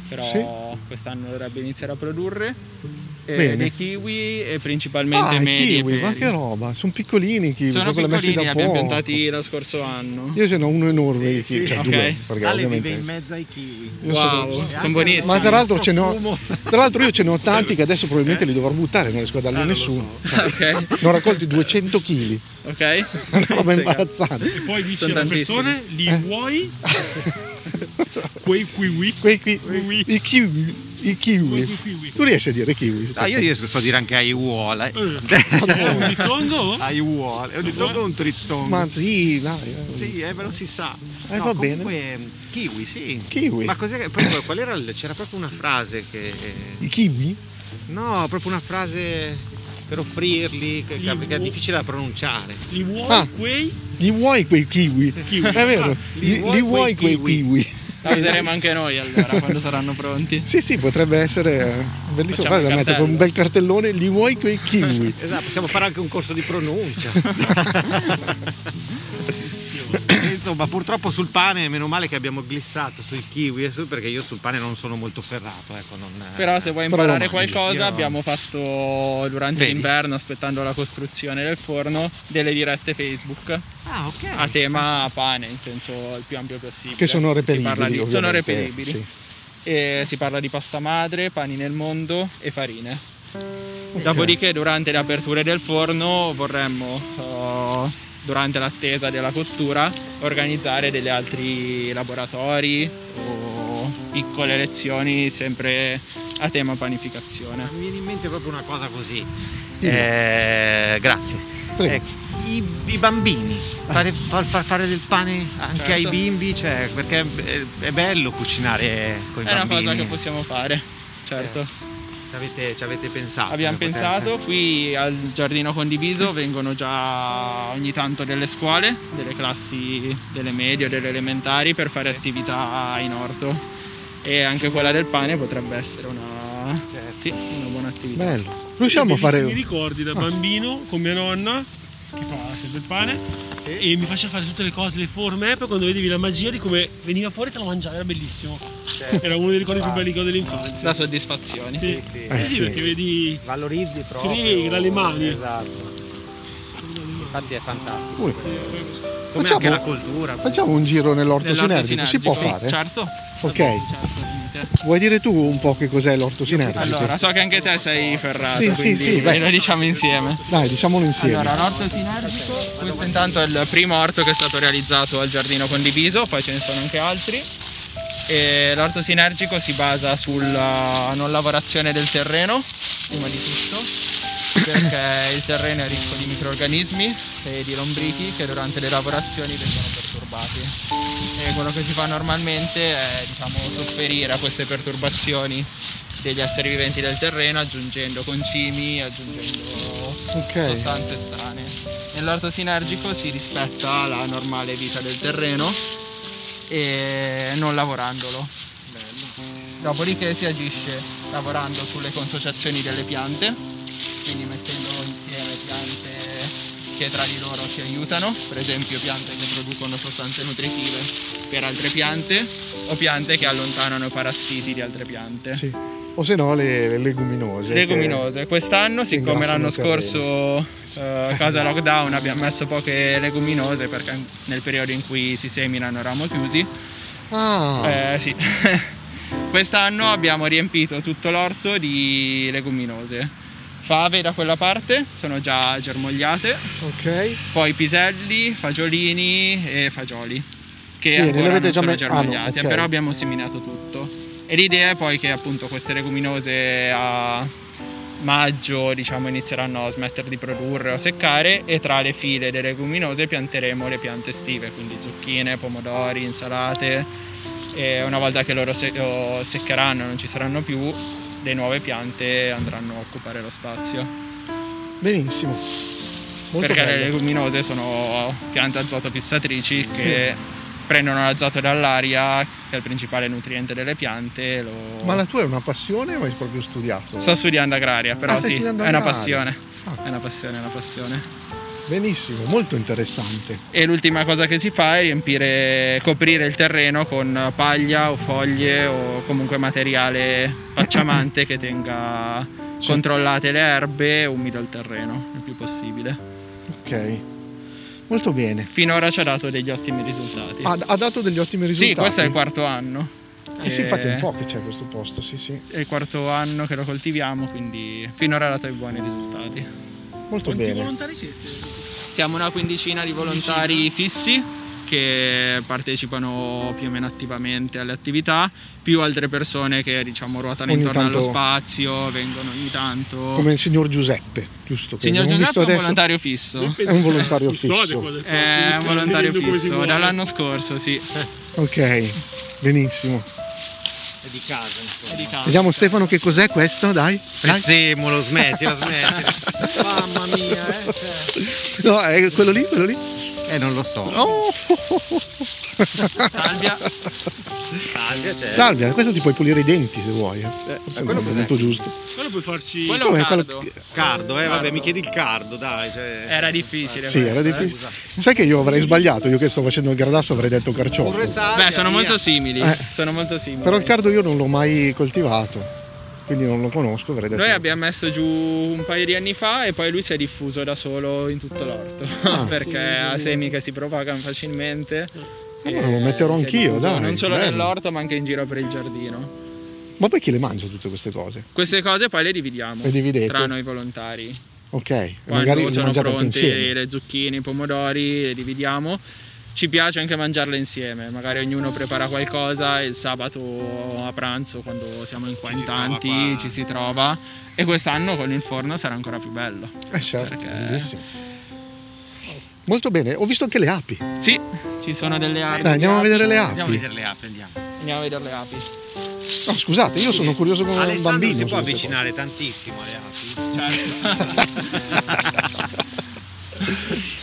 B: però
C: Sì.
B: quest'anno dovrebbe iniziare a produrre. E
C: Bene.
B: dei kiwi e principalmente
C: Ah, i
B: medi e
C: kiwi, ma
B: peri.
C: che roba, sono piccolini i kiwi,
B: Sono
C: proprio messi
B: piccolini,
C: da
B: li abbiamo
C: poco.
B: piantati lo scorso anno.
C: Io ce n'ho uno enorme di
A: Sì,
C: kiwi,
A: sì.
C: cioè
B: Ok.
C: due, perché
A: Ale
C: ovviamente-
A: vive in mezzo ai kiwi.
C: Io
B: Wow,
C: sono-
B: sono buonissimi.
C: Ma tra l'altro ce n'ho
A: Profumo.
C: tra l'altro io ce n'ho tanti che adesso probabilmente li dovrò buttare, non riesco a darli a
A: Ah, non lo
C: nessuno.
B: ok,
C: Ne ho raccolti 200 kg,
B: ok.
C: una roba
B: Sì,
C: imbarazzante.
F: Poi dici
B: Sono
F: alle
B: tantissimi.
F: persone, li
C: Eh.
F: vuoi? Quei kiwi.
C: Quei qui,
F: Kiwi.
C: i kiwi, i
F: Quei
C: kiwi.
F: kiwi.
C: Tu riesci a dire kiwi?
A: No, Ah, io riesco so dire anche ai uola.
C: Eh.
F: È un bitongo?
C: Ah.
A: Ai uola. È un dittongo o un trittongo?
C: Ma sì, dai. eh.
A: Sì, eh, però si sa.
C: Eh, va bene.
A: Comunque, mh, kiwi, sì.
C: Kiwi.
A: Ma cos'è che- poi qual era il- c'era proprio una frase che eh,
C: I kiwi?
A: no, proprio una frase per offrirli che, che- che è difficile da pronunciare.
F: Li vuoi
C: Ah.
F: quei
C: Li vuoi quei kiwi?
F: kiwi?
C: È vero,
F: Ah,
C: li, li vuoi, quei kiwi?
B: La useremo anche noi allora quando saranno pronti.
C: Sì, sì, potrebbe essere eh, bellissimo.
B: Facciamo il
C: Guarda, mettere
B: cartello.
C: con un bel cartellone, li vuoi quei kiwi?
A: Esatto, possiamo fare anche un corso di pronuncia. Insomma, purtroppo sul pane, meno male che abbiamo glissato sui kiwi e su, perché io sul pane non sono molto ferrato, ecco, non-
B: Però se vuoi
C: Però
B: imparare
C: lo mangi.
B: qualcosa
A: Io-
B: abbiamo fatto durante
A: Vedi?
B: l'inverno aspettando la costruzione del forno delle dirette Facebook
A: Ah, ok.
B: a tema pane in senso il più ampio possibile.
C: Che sono
B: Si
C: reperibili.
B: parla di- sono
C: ovviamente,
B: reperibili.
C: sì.
B: E si parla di pasta madre, pani nel mondo e farine. Dopodiché durante le aperture del forno vorremmo, eh, durante l'attesa della cottura, organizzare degli altri laboratori o piccole lezioni sempre a tema panificazione.
A: Mi viene in mente proprio una cosa così. Eh, grazie.
C: Prego.
B: Ecco.
A: Eh, i, i bambini, fare, far, far fare del pane anche
B: Certo.
A: ai bimbi, cioè, perché è, è bello cucinare con i
B: È una
A: bambini.
B: cosa che possiamo fare, certo.
A: Ci avete, ci avete pensato?
B: Ah, Abbiamo
A: per poter-
B: pensato, qui al giardino condiviso vengono già ogni tanto delle scuole, delle classi delle medie o delle elementari per fare attività in orto e anche quella del pane potrebbe essere una, sì, una buona attività.
C: Bello. Riusciamo a Ah.
F: Bellissimi
C: fare...
F: ricordi da bambino con mia nonna che fa sempre il pane e mi faceva fare tutte le cose, le forme, e poi quando vedevi la magia di come veniva fuori te lo mangiavi, era bellissimo. Era uno dei ricordi più belli che ho dell'infanzia.
B: Da soddisfazione.
F: Sì, sì,
A: sì.
C: Eh, Certo. Ah. sì.
F: perché vedi
A: Valorizzi proprio.
F: Crega le mani.
A: Esatto. Infatti è fantastico.
C: Ui.
A: Come
C: Facciamo-
A: anche la cultura.
C: Facciamo un giro nell'orto sinergico, si può
B: Sì,
C: fare?
B: Certo.
C: Ok.
B: Certo, niente.
C: Vuoi dire tu un po' che cos'è l'orto sinergico?
B: Allora, so che anche te sei ferrato,
C: Sì, sì,
B: quindi
C: sì, vai.
B: lo diciamo insieme.
C: Dai, diciamolo insieme.
B: Allora, l'orto sinergico, questo intanto è il primo orto che è stato realizzato al giardino condiviso, poi ce ne sono anche altri. E l'orto sinergico si basa sulla non lavorazione del terreno, prima di tutto, perché il terreno è ricco di microrganismi e di lombrichi che durante le lavorazioni vengono perturbati. E quello che si fa normalmente è diciamo, sofferire a queste perturbazioni degli esseri viventi del terreno aggiungendo concimi, aggiungendo
C: ok.
B: sostanze strane. Nell'orto sinergico si rispetta la normale vita del terreno e non lavorandolo. Dopodiché si agisce lavorando sulle consociazioni delle piante, quindi mettendo insieme piante che tra di loro si aiutano, per esempio piante che producono sostanze nutritive per altre piante o piante che allontanano i parassiti di altre piante.
C: Sì. O se no le leguminose. che-
B: Leguminose. Quest'anno, siccome l'anno
C: ingrassano il
B: scorso eh, causa lockdown abbiamo messo poche leguminose perché nel periodo in cui si seminano ramo chiusi,
C: Ah,
B: eh, sì. Quest'anno abbiamo riempito tutto l'orto di leguminose. Fave da quella parte sono già germogliate,
C: ok.
B: poi piselli, fagiolini e fagioli che
C: Bene,
B: ancora
C: le avete
B: non
C: già
B: sono
C: me- ah, no,
B: germogliati,
C: ok.
B: però abbiamo seminato tutto. E l'idea è poi che appunto queste leguminose a maggio diciamo inizieranno a smettere di produrre o seccare e tra le file delle leguminose pianteremo le piante estive, quindi zucchine, pomodori, insalate e una volta che loro se- o seccheranno non ci saranno più, le nuove piante andranno a occupare lo spazio
C: Benissimo. Molto
B: perché le
C: bello.
B: leguminose sono piante azoto fissatrici che prendono l'azoto dall'aria, che è il principale nutriente delle piante. e Lo...
C: Ma la tua è una passione o hai proprio studiato?
B: Sto studiando agraria, però
C: Ah, stai
B: sì, è
C: studiando
B: una
C: agraria.
B: passione.
C: Ah.
B: È una passione, è una passione.
C: Benissimo, molto interessante.
B: E l'ultima cosa che si fa è riempire, coprire il terreno con paglia o foglie o comunque materiale pacciamante che tenga
C: Sì.
B: controllate le erbe e umido il terreno il più possibile.
C: Ok. Molto bene.
B: Finora ci ha dato degli ottimi risultati.
C: Ha, ha dato degli ottimi
B: Sì,
C: risultati.
B: questo è il quarto anno.
C: Eh sì, infatti è un
B: Eh,
C: po' che c'è questo posto, sì, sì.
B: È il quarto anno che lo coltiviamo, quindi finora ha dato dei buoni risultati.
C: Molto
F: quanti
C: bene.
F: volontari siete?
B: Siamo una quindicina di volontari fissi che partecipano più o meno attivamente alle attività, più altre persone che diciamo ruotano
C: Ogni
B: intorno allo
C: tanto-
B: spazio, vengono ogni tanto.
C: Come il signor Giuseppe, giusto? Che
B: Signor Giuseppe è
C: abbiamo
B: un
C: visto adesso.
B: volontario fisso.
C: È un volontario
F: Non so
C: fisso.
F: cosa-
B: È Eh, un
F: stiamo
B: volontario
F: vedendo come si
B: fisso,
F: muove.
B: dall'anno scorso, sì.
C: Ok, benissimo.
A: È di casa, insomma.
C: Vediamo Stefano che cos'è questo, dai. dai.
A: Prezzemolo, smettila, smettila. Eh. Mamma mia, eh. cioè.
C: No, è quello lì, quello lì.
A: Eh, non lo so.
C: Oh!
B: Salvia.
A: Salve, te.
C: Salvia, questo ti puoi pulire i denti se vuoi. eh.
A: ma
C: Forse è
A: quello
C: il
A: cos'è?
C: momento giusto.
F: Quello puoi farci.
B: Quello è un
C: Com'è quello
B: cardo.
C: che-
A: Cardo, eh, vabbè, mi chiedi il cardo, dai. Cioè.
B: Era difficile.
C: Sì, era
B: questo, eh.
C: difficile. Sai che io avrei sbagliato, io che sto facendo il gradasso avrei detto
A: Pure
C: carciofo.
A: salvia,
B: Beh, sono
A: via.
B: molto simili.
C: Eh.
B: Sono molto simili.
C: Però il cardo io non l'ho mai coltivato, quindi non lo conosco, avrei detto.
B: Noi abbiamo messo giù un paio di anni fa e poi lui si è diffuso da solo in tutto l'orto
C: Ah.
B: perché ha semi che si propagano facilmente.
C: Allora
B: E
C: Eh, lo metterò
B: si è
C: anch'io,
B: diffuso
C: dai,
B: Non solo
C: bello.
B: nell'orto, ma anche in giro per il giardino.
C: Ma poi chi le mangia tutte queste cose?
B: Queste cose poi le dividiamo
C: Le dividete?
B: tra noi volontari.
C: Ok,
B: Quando
C: magari le
B: sono
C: mangiate anche
B: pronti
C: insieme.
B: le zucchine, i pomodori, le dividiamo. Ci piace anche mangiarle insieme, magari ognuno prepara qualcosa e il sabato a pranzo, quando siamo in qua
A: Ci
B: in
A: si trova
B: tanti,
A: qua.
B: ci si trova. E quest'anno con il forno sarà ancora più bello.
C: Eh certo,
B: Perché-
C: bellissimo. Molto bene, ho visto anche le api.
B: Sì, ci sono delle api.
C: Dai, andiamo a vedere le
A: Andiamo a
C: api.
A: vedere le app, andiamo.
B: Andiamo a vedere le api.
C: No, scusate, io sono curioso come un
A: Alessandro
C: bambino.
A: si può
C: su queste
A: avvicinare cioè, tantissimo alle api.
C: cose.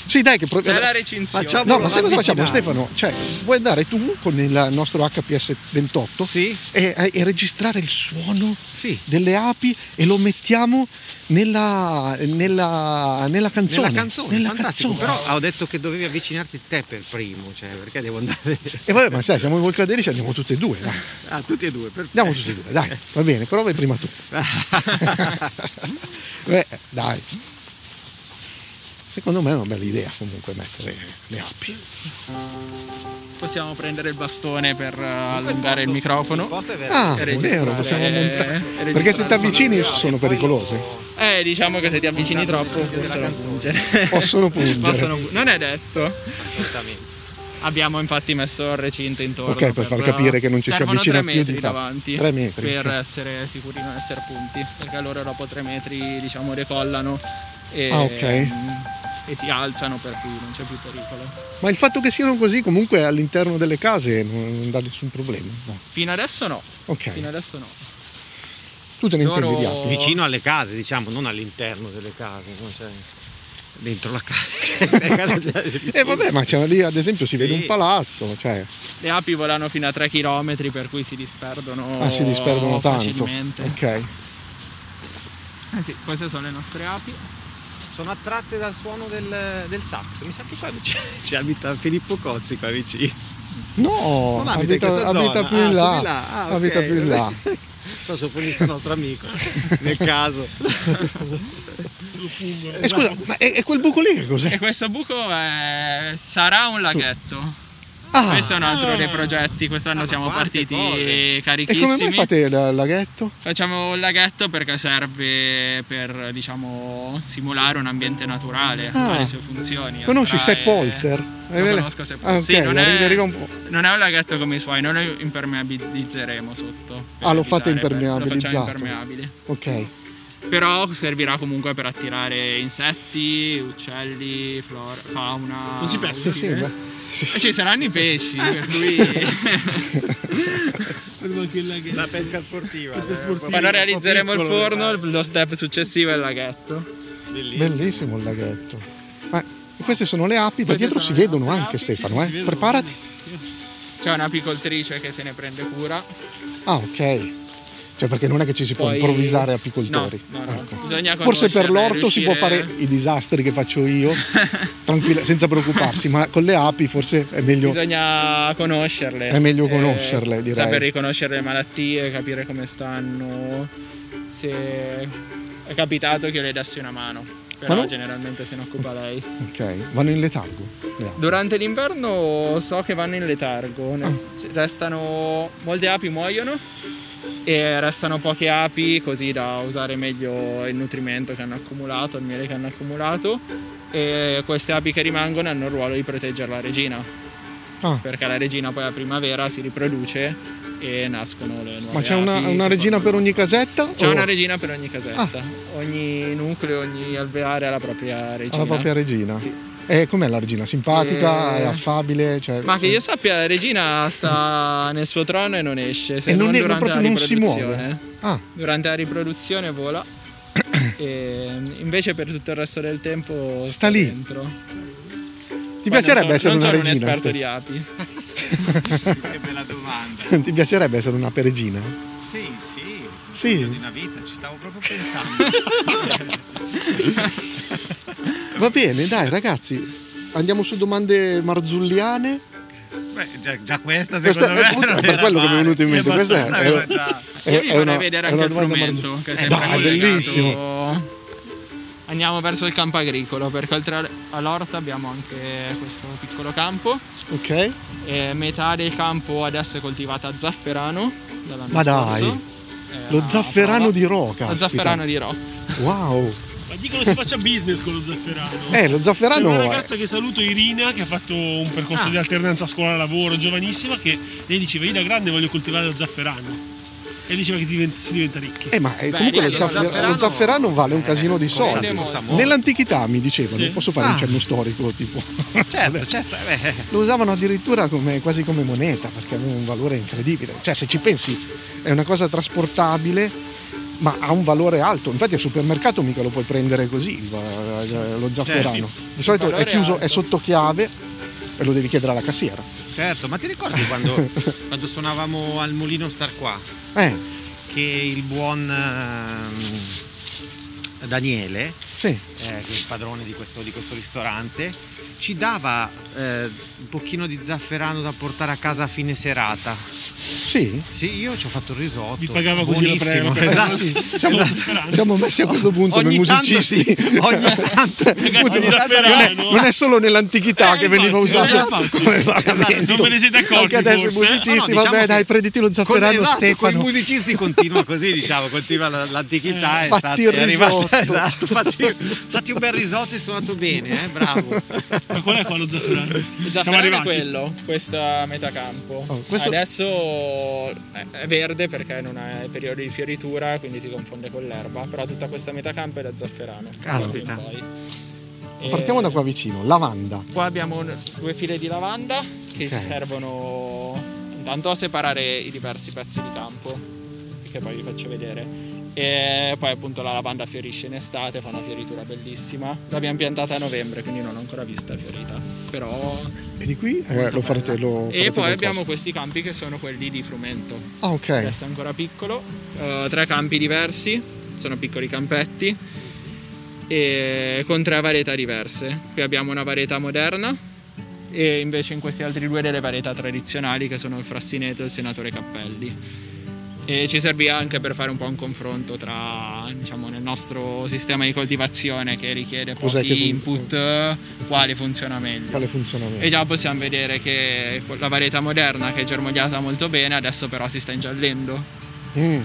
C: Sì, dai, che pro-
B: C'è la recinzione.
A: Facciamo-
C: No, ma sai cosa facciamo,
A: Avviciniamo.
C: Stefano? Cioè, vuoi andare tu con il nostro HPS28
A: Sì,
C: e, e registrare il suono
A: sì.
C: delle api e lo mettiamo nella, nella, nella canzone.
A: Nella canzone,
C: Nella
A: fantastico.
C: canzone.
A: Però ho detto che dovevi avvicinarti te per primo, cioè perché devo andare
C: E vabbè, ma sai, siamo i volcadelici, andiamo tutte e due. dai.
A: a tutti e due. Per...
C: Andiamo tutte e due, dai, va bene, però vai prima tu. Beh, dai. Secondo me è una bella idea comunque mettere le api.
B: Possiamo prendere il bastone per eh, allungare il microfono.
A: Posto è vero.
C: Ah,
B: E
C: è vero,
B: registrare-
C: possiamo
B: e
C: montare.
B: registrare
C: Perché se ti
B: il
C: avvicini
B: fotogramma.
C: sono pericolose.
B: Eh, diciamo che se ti avvicini troppo possono pungere.
C: Possono pungere.
B: Possono pu- Non è detto.
A: Assolutamente.
B: Abbiamo infatti messo il recinto intorno. eh,
C: Ok, per far capire che non ci si
B: servono
C: avvicina
B: tre
C: più
B: metri
C: di tanto.
B: davanti.
C: Tre metri,
B: Per
C: ok.
B: essere sicuri di non essere punti. Perché loro dopo tre metri diciamo decollano e, mm,
C: Ah, ok.
B: e ti alzano per cui non c'è più pericolo.
C: Ma il fatto che siano così comunque all'interno delle case non non dà nessun problema. no.
B: Fino adesso no. Fino
C: Ok,
B: adesso no.
C: tu te ne
B: loro-
C: intendi di api.
A: Vicino alle case, diciamo, non all'interno delle case, no? Cioè, dentro la casa.
C: E Eh, vabbè, ma c'è lì ad esempio si
A: Sì.
C: vede un palazzo, cioè
B: Le api volano fino a 3 km per cui si disperdono.
C: ah, si disperdono tanto.
B: Facilmente.
C: Ok.
B: Eh sì, queste sono le nostre api.
A: Sono attratte dal suono del, del sax. Mi sa che qua c'è, c'è abita Filippo Cozzi qua vicino.
C: No,
A: Non abita in
C: abita,
A: questa
C: abita
A: zona.
C: più
A: Ah,
C: in
A: sono
C: là.
A: di là. Ah,
C: Abita
A: ok.
C: più in là.
A: Sto sopponendo un nostro amico, nel caso.
C: E Eh, scusa, ma è, è quel buco lì che
B: E
C: cos'è?
B: questo buco è- sarà un laghetto.
C: Ah,
B: Questo è un altro dei progetti. Quest'anno
A: Ah, ma
B: siamo
A: quante
B: partiti
A: cose.
C: e
B: carichissimi.
C: come mai fate il laghetto?
B: Facciamo un laghetto perché serve per diciamo simulare un ambiente naturale,
C: Ah.
B: ha le sue funzioni.
C: Conosci
B: attrae-
C: Sepp Holzer?
B: Lo conosco Sepp
C: Ah, ok,
B: Holzer. Sì, non, è,
C: arriva un po'.
B: non è un laghetto come i suoi, noi lo impermeabilizzeremo sotto. per
C: Ah, lo fate
B: evitare- per- Lo
C: impermeabilizzato.
B: facciamo impermeabile.
C: Ok.
B: Però servirà comunque per attirare insetti, uccelli, flora, fauna.
F: Non si
C: Sì,
F: pesca?
C: sì,
B: utile.
C: beh. Ah. sì.
B: E ci saranno i pesci, per cui.
A: La pesca sportiva.
C: eh,
B: Quando realizzeremo il forno, lo step successivo è il laghetto.
C: Bellissimo il laghetto. Ma queste sono le api, da
B: Queste
C: dietro si
B: sono le
C: vedono
B: api,
C: anche
B: sì,
C: Stefano, eh. Preparati.
B: C'è un'apicoltrice che se ne prende cura.
C: Ah, ok. Cioè perché non è che ci si può
B: Poi-
C: improvvisare apicoltori.
B: No, no, no.
C: Ecco.
B: Bisogna
C: Forse per
B: conoscerle,
C: l'orto si può
B: riuscire- eh.
C: fare i disastri che faccio io, tranquilla, senza preoccuparsi, ma con le api forse è meglio.
B: Esatto. Bisogna conoscerle.
C: È meglio
B: Eh,
C: conoscerle, direi.
B: Saper riconoscere le malattie, capire come stanno. Se è capitato che io le dassi una mano. Però
C: Ma no?
B: generalmente se ne occupa lei.
C: Ok, vanno in letargo le api.
B: Durante l'inverno so che vanno in letargo.
C: Ah.
B: ne- Restano. Molte api muoiono. E restano poche api così da usare meglio il nutrimento che hanno accumulato, il miele che hanno accumulato. E queste api che rimangono hanno il ruolo di proteggere la regina
C: Ah,
B: perché la regina poi a primavera si riproduce e nascono le nuove
C: ma c'è una,
B: api.
C: una regina per ogni casetta? Ah.
B: c'è
C: o
B: una regina per ogni casetta ogni nucleo ogni alveare ha la propria regina
C: Alla propria regina.
B: Sì.
C: E com'è la regina? Simpatica,
B: Eh,
C: è affabile? Cioè...
B: ma che io sappia la regina sta nel suo trono e non esce se
C: E non
B: non,
C: è- non
B: durante la
C: proprio non si
B: riproduzione
C: Ah,
B: durante la riproduzione vola e invece per tutto il resto del tempo
C: Sta lì.
B: dentro
C: ti piacerebbe essere una
B: non sono
C: regina?
B: un esperto
C: Ste-
B: di
C: Eh,
B: api
A: Che bella domanda.
C: Ti piacerebbe essere una perigina?
A: Sì, sì.
C: Sì.
A: sogno Di una vita, ci stavo proprio pensando.
C: Va bene, dai ragazzi, andiamo su domande marzulliane.
A: Beh, già, già questa
C: Questa-
A: secondo me
C: appunto,
A: non
C: per
A: era
C: quello che mi è
A: male.
C: venuto in mente, questa è-
A: abbastanza-
C: è-
A: già-
B: Io vi farei
C: una-
B: vedere
C: è
B: anche
C: una
B: il
C: domanda
B: frumento
C: marzulliana.
B: che è
C: Eh,
B: sempre
C: dai,
B: collegato.
C: bellissimo.
B: Andiamo verso il campo agricolo perché oltre al- all'orto abbiamo anche questo piccolo campo.
C: Ok.
B: E metà del campo adesso è coltivata a zafferano. dall'anno
C: Ma dai,
B: scorso. È
C: Lo
B: una
C: zafferano
B: prova.
C: di Roca.
B: Eh, Lo zafferano di Rocca.
C: Wow.
F: Ma dicono si faccia business con lo zafferano.
C: Eh, lo
F: C'è
C: zafferano
F: una
C: è
F: ragazza che saluto, Irina, che ha fatto un percorso
B: Ah.
F: di alternanza scuola-lavoro, giovanissima, che lei diceva io da grande voglio coltivare lo zafferano. E diceva che divent- si diventa ricchi.
C: Eh, ma eh,
B: Beh,
C: comunque lo
B: ragazzi, lo
C: zaffer- lo zafferano,
B: zafferano-
C: vale un casino di
A: Eh,
C: soldi.
B: come
A: costa molto.
C: Nell'antichità mi dicevano,
F: Sì.
C: posso fare un
A: Ah.
C: cenno storico, tipo.
A: Certo, certo, eh, beh.
C: Lo usavano addirittura come- quasi come moneta perché aveva un valore incredibile. Cioè, se ci pensi, è una cosa trasportabile ma ha un valore alto. Infatti al supermercato mica lo puoi prendere così il va- eh, lo zafferano. Di solito è
B: Valore
C: chiuso,
B: alto.
C: è sotto chiave e lo devi chiedere alla cassiera.
A: Certo, ma ti ricordi quando, quando suonavamo al mulino Star Qua?
C: Eh,
A: Che il buon ehm, Daniele,
C: sì.
A: eh, che è il padrone di questo, di questo ristorante, ci dava eh, un pochino di zafferano da portare a casa a fine serata.
C: Sì.
A: Sì, io ci ho fatto il risotto.
F: Mi pagava così la pre- la
A: Buonissimo,
F: pre-
A: esatto.
F: sì.
C: Siamo,
F: Zafferano.
C: siamo messi a questo punto come
A: Ogni tanto
C: musicisti.
A: sì, ogni tanto.
C: Appunto,
F: Ogni
C: non, è-
F: zafferano.
C: non è solo nell'antichità
F: Eh,
C: che veniva
F: infatti,
C: usato
A: eh, infatti.
C: come pagamento.
A: Esatto,
F: non ve ne siete accorti,
C: Anche adesso i
F: forse?
C: musicisti,
A: No, no,
C: vabbè,
A: diciamo
C: dai,
A: che-
C: prenditi lo
A: Con,
C: zafferano
A: esatto, con i
C: Stefano.
A: musicisti continua così, diciamo, continua la- l'antichità.
C: Eh,
A: è
C: fatti
A: stata-
C: il
A: è arrivata-
C: risotto.
A: Esatto, fatti, fatti un bel risotto e suonato bene, eh, bravo.
F: Ma qual è qua lo zafferano? Siamo
B: Zafferano è
F: arrivati.
B: quello, questa metà campo.
C: Oh, questo-
B: Adesso è- è verde perché non è periodo di fioritura, quindi si confonde con l'erba. Però tutta questa metà campo è da zafferano.
A: Caspita.
B: Poi. E-
C: Partiamo da qua vicino, lavanda.
B: Qua abbiamo un- due file di lavanda che ci
C: Ok.
B: servono intanto a separare i diversi pezzi di campo, che poi vi faccio vedere. E poi appunto la lavanda fiorisce in estate, fa una fioritura bellissima. L'abbiamo piantata a novembre, quindi non l'ho ancora vista fiorita. Però
C: E di qui eh,
B: molto
C: lo farete
B: bella.
C: lo farete
B: E poi
C: qualcosa.
B: abbiamo questi campi che sono quelli di frumento.
C: Ah, ok.
B: Adesso è ancora piccolo. eh, tre campi diversi, sono piccoli campetti. E con tre varietà diverse. Qui abbiamo una varietà moderna e invece in questi altri due delle varietà tradizionali che sono il frassineto e il senatore Cappelli. E ci servì anche per fare un po' un confronto tra, diciamo, nel nostro sistema di coltivazione che richiede
C: Cos'è
B: pochi
C: che fun-
B: input, eh, quale funziona meglio.
C: Quale funziona meglio?
B: E Eh, già possiamo vedere che la varietà moderna che è germogliata molto bene adesso però si sta ingiallendo,
C: Mm.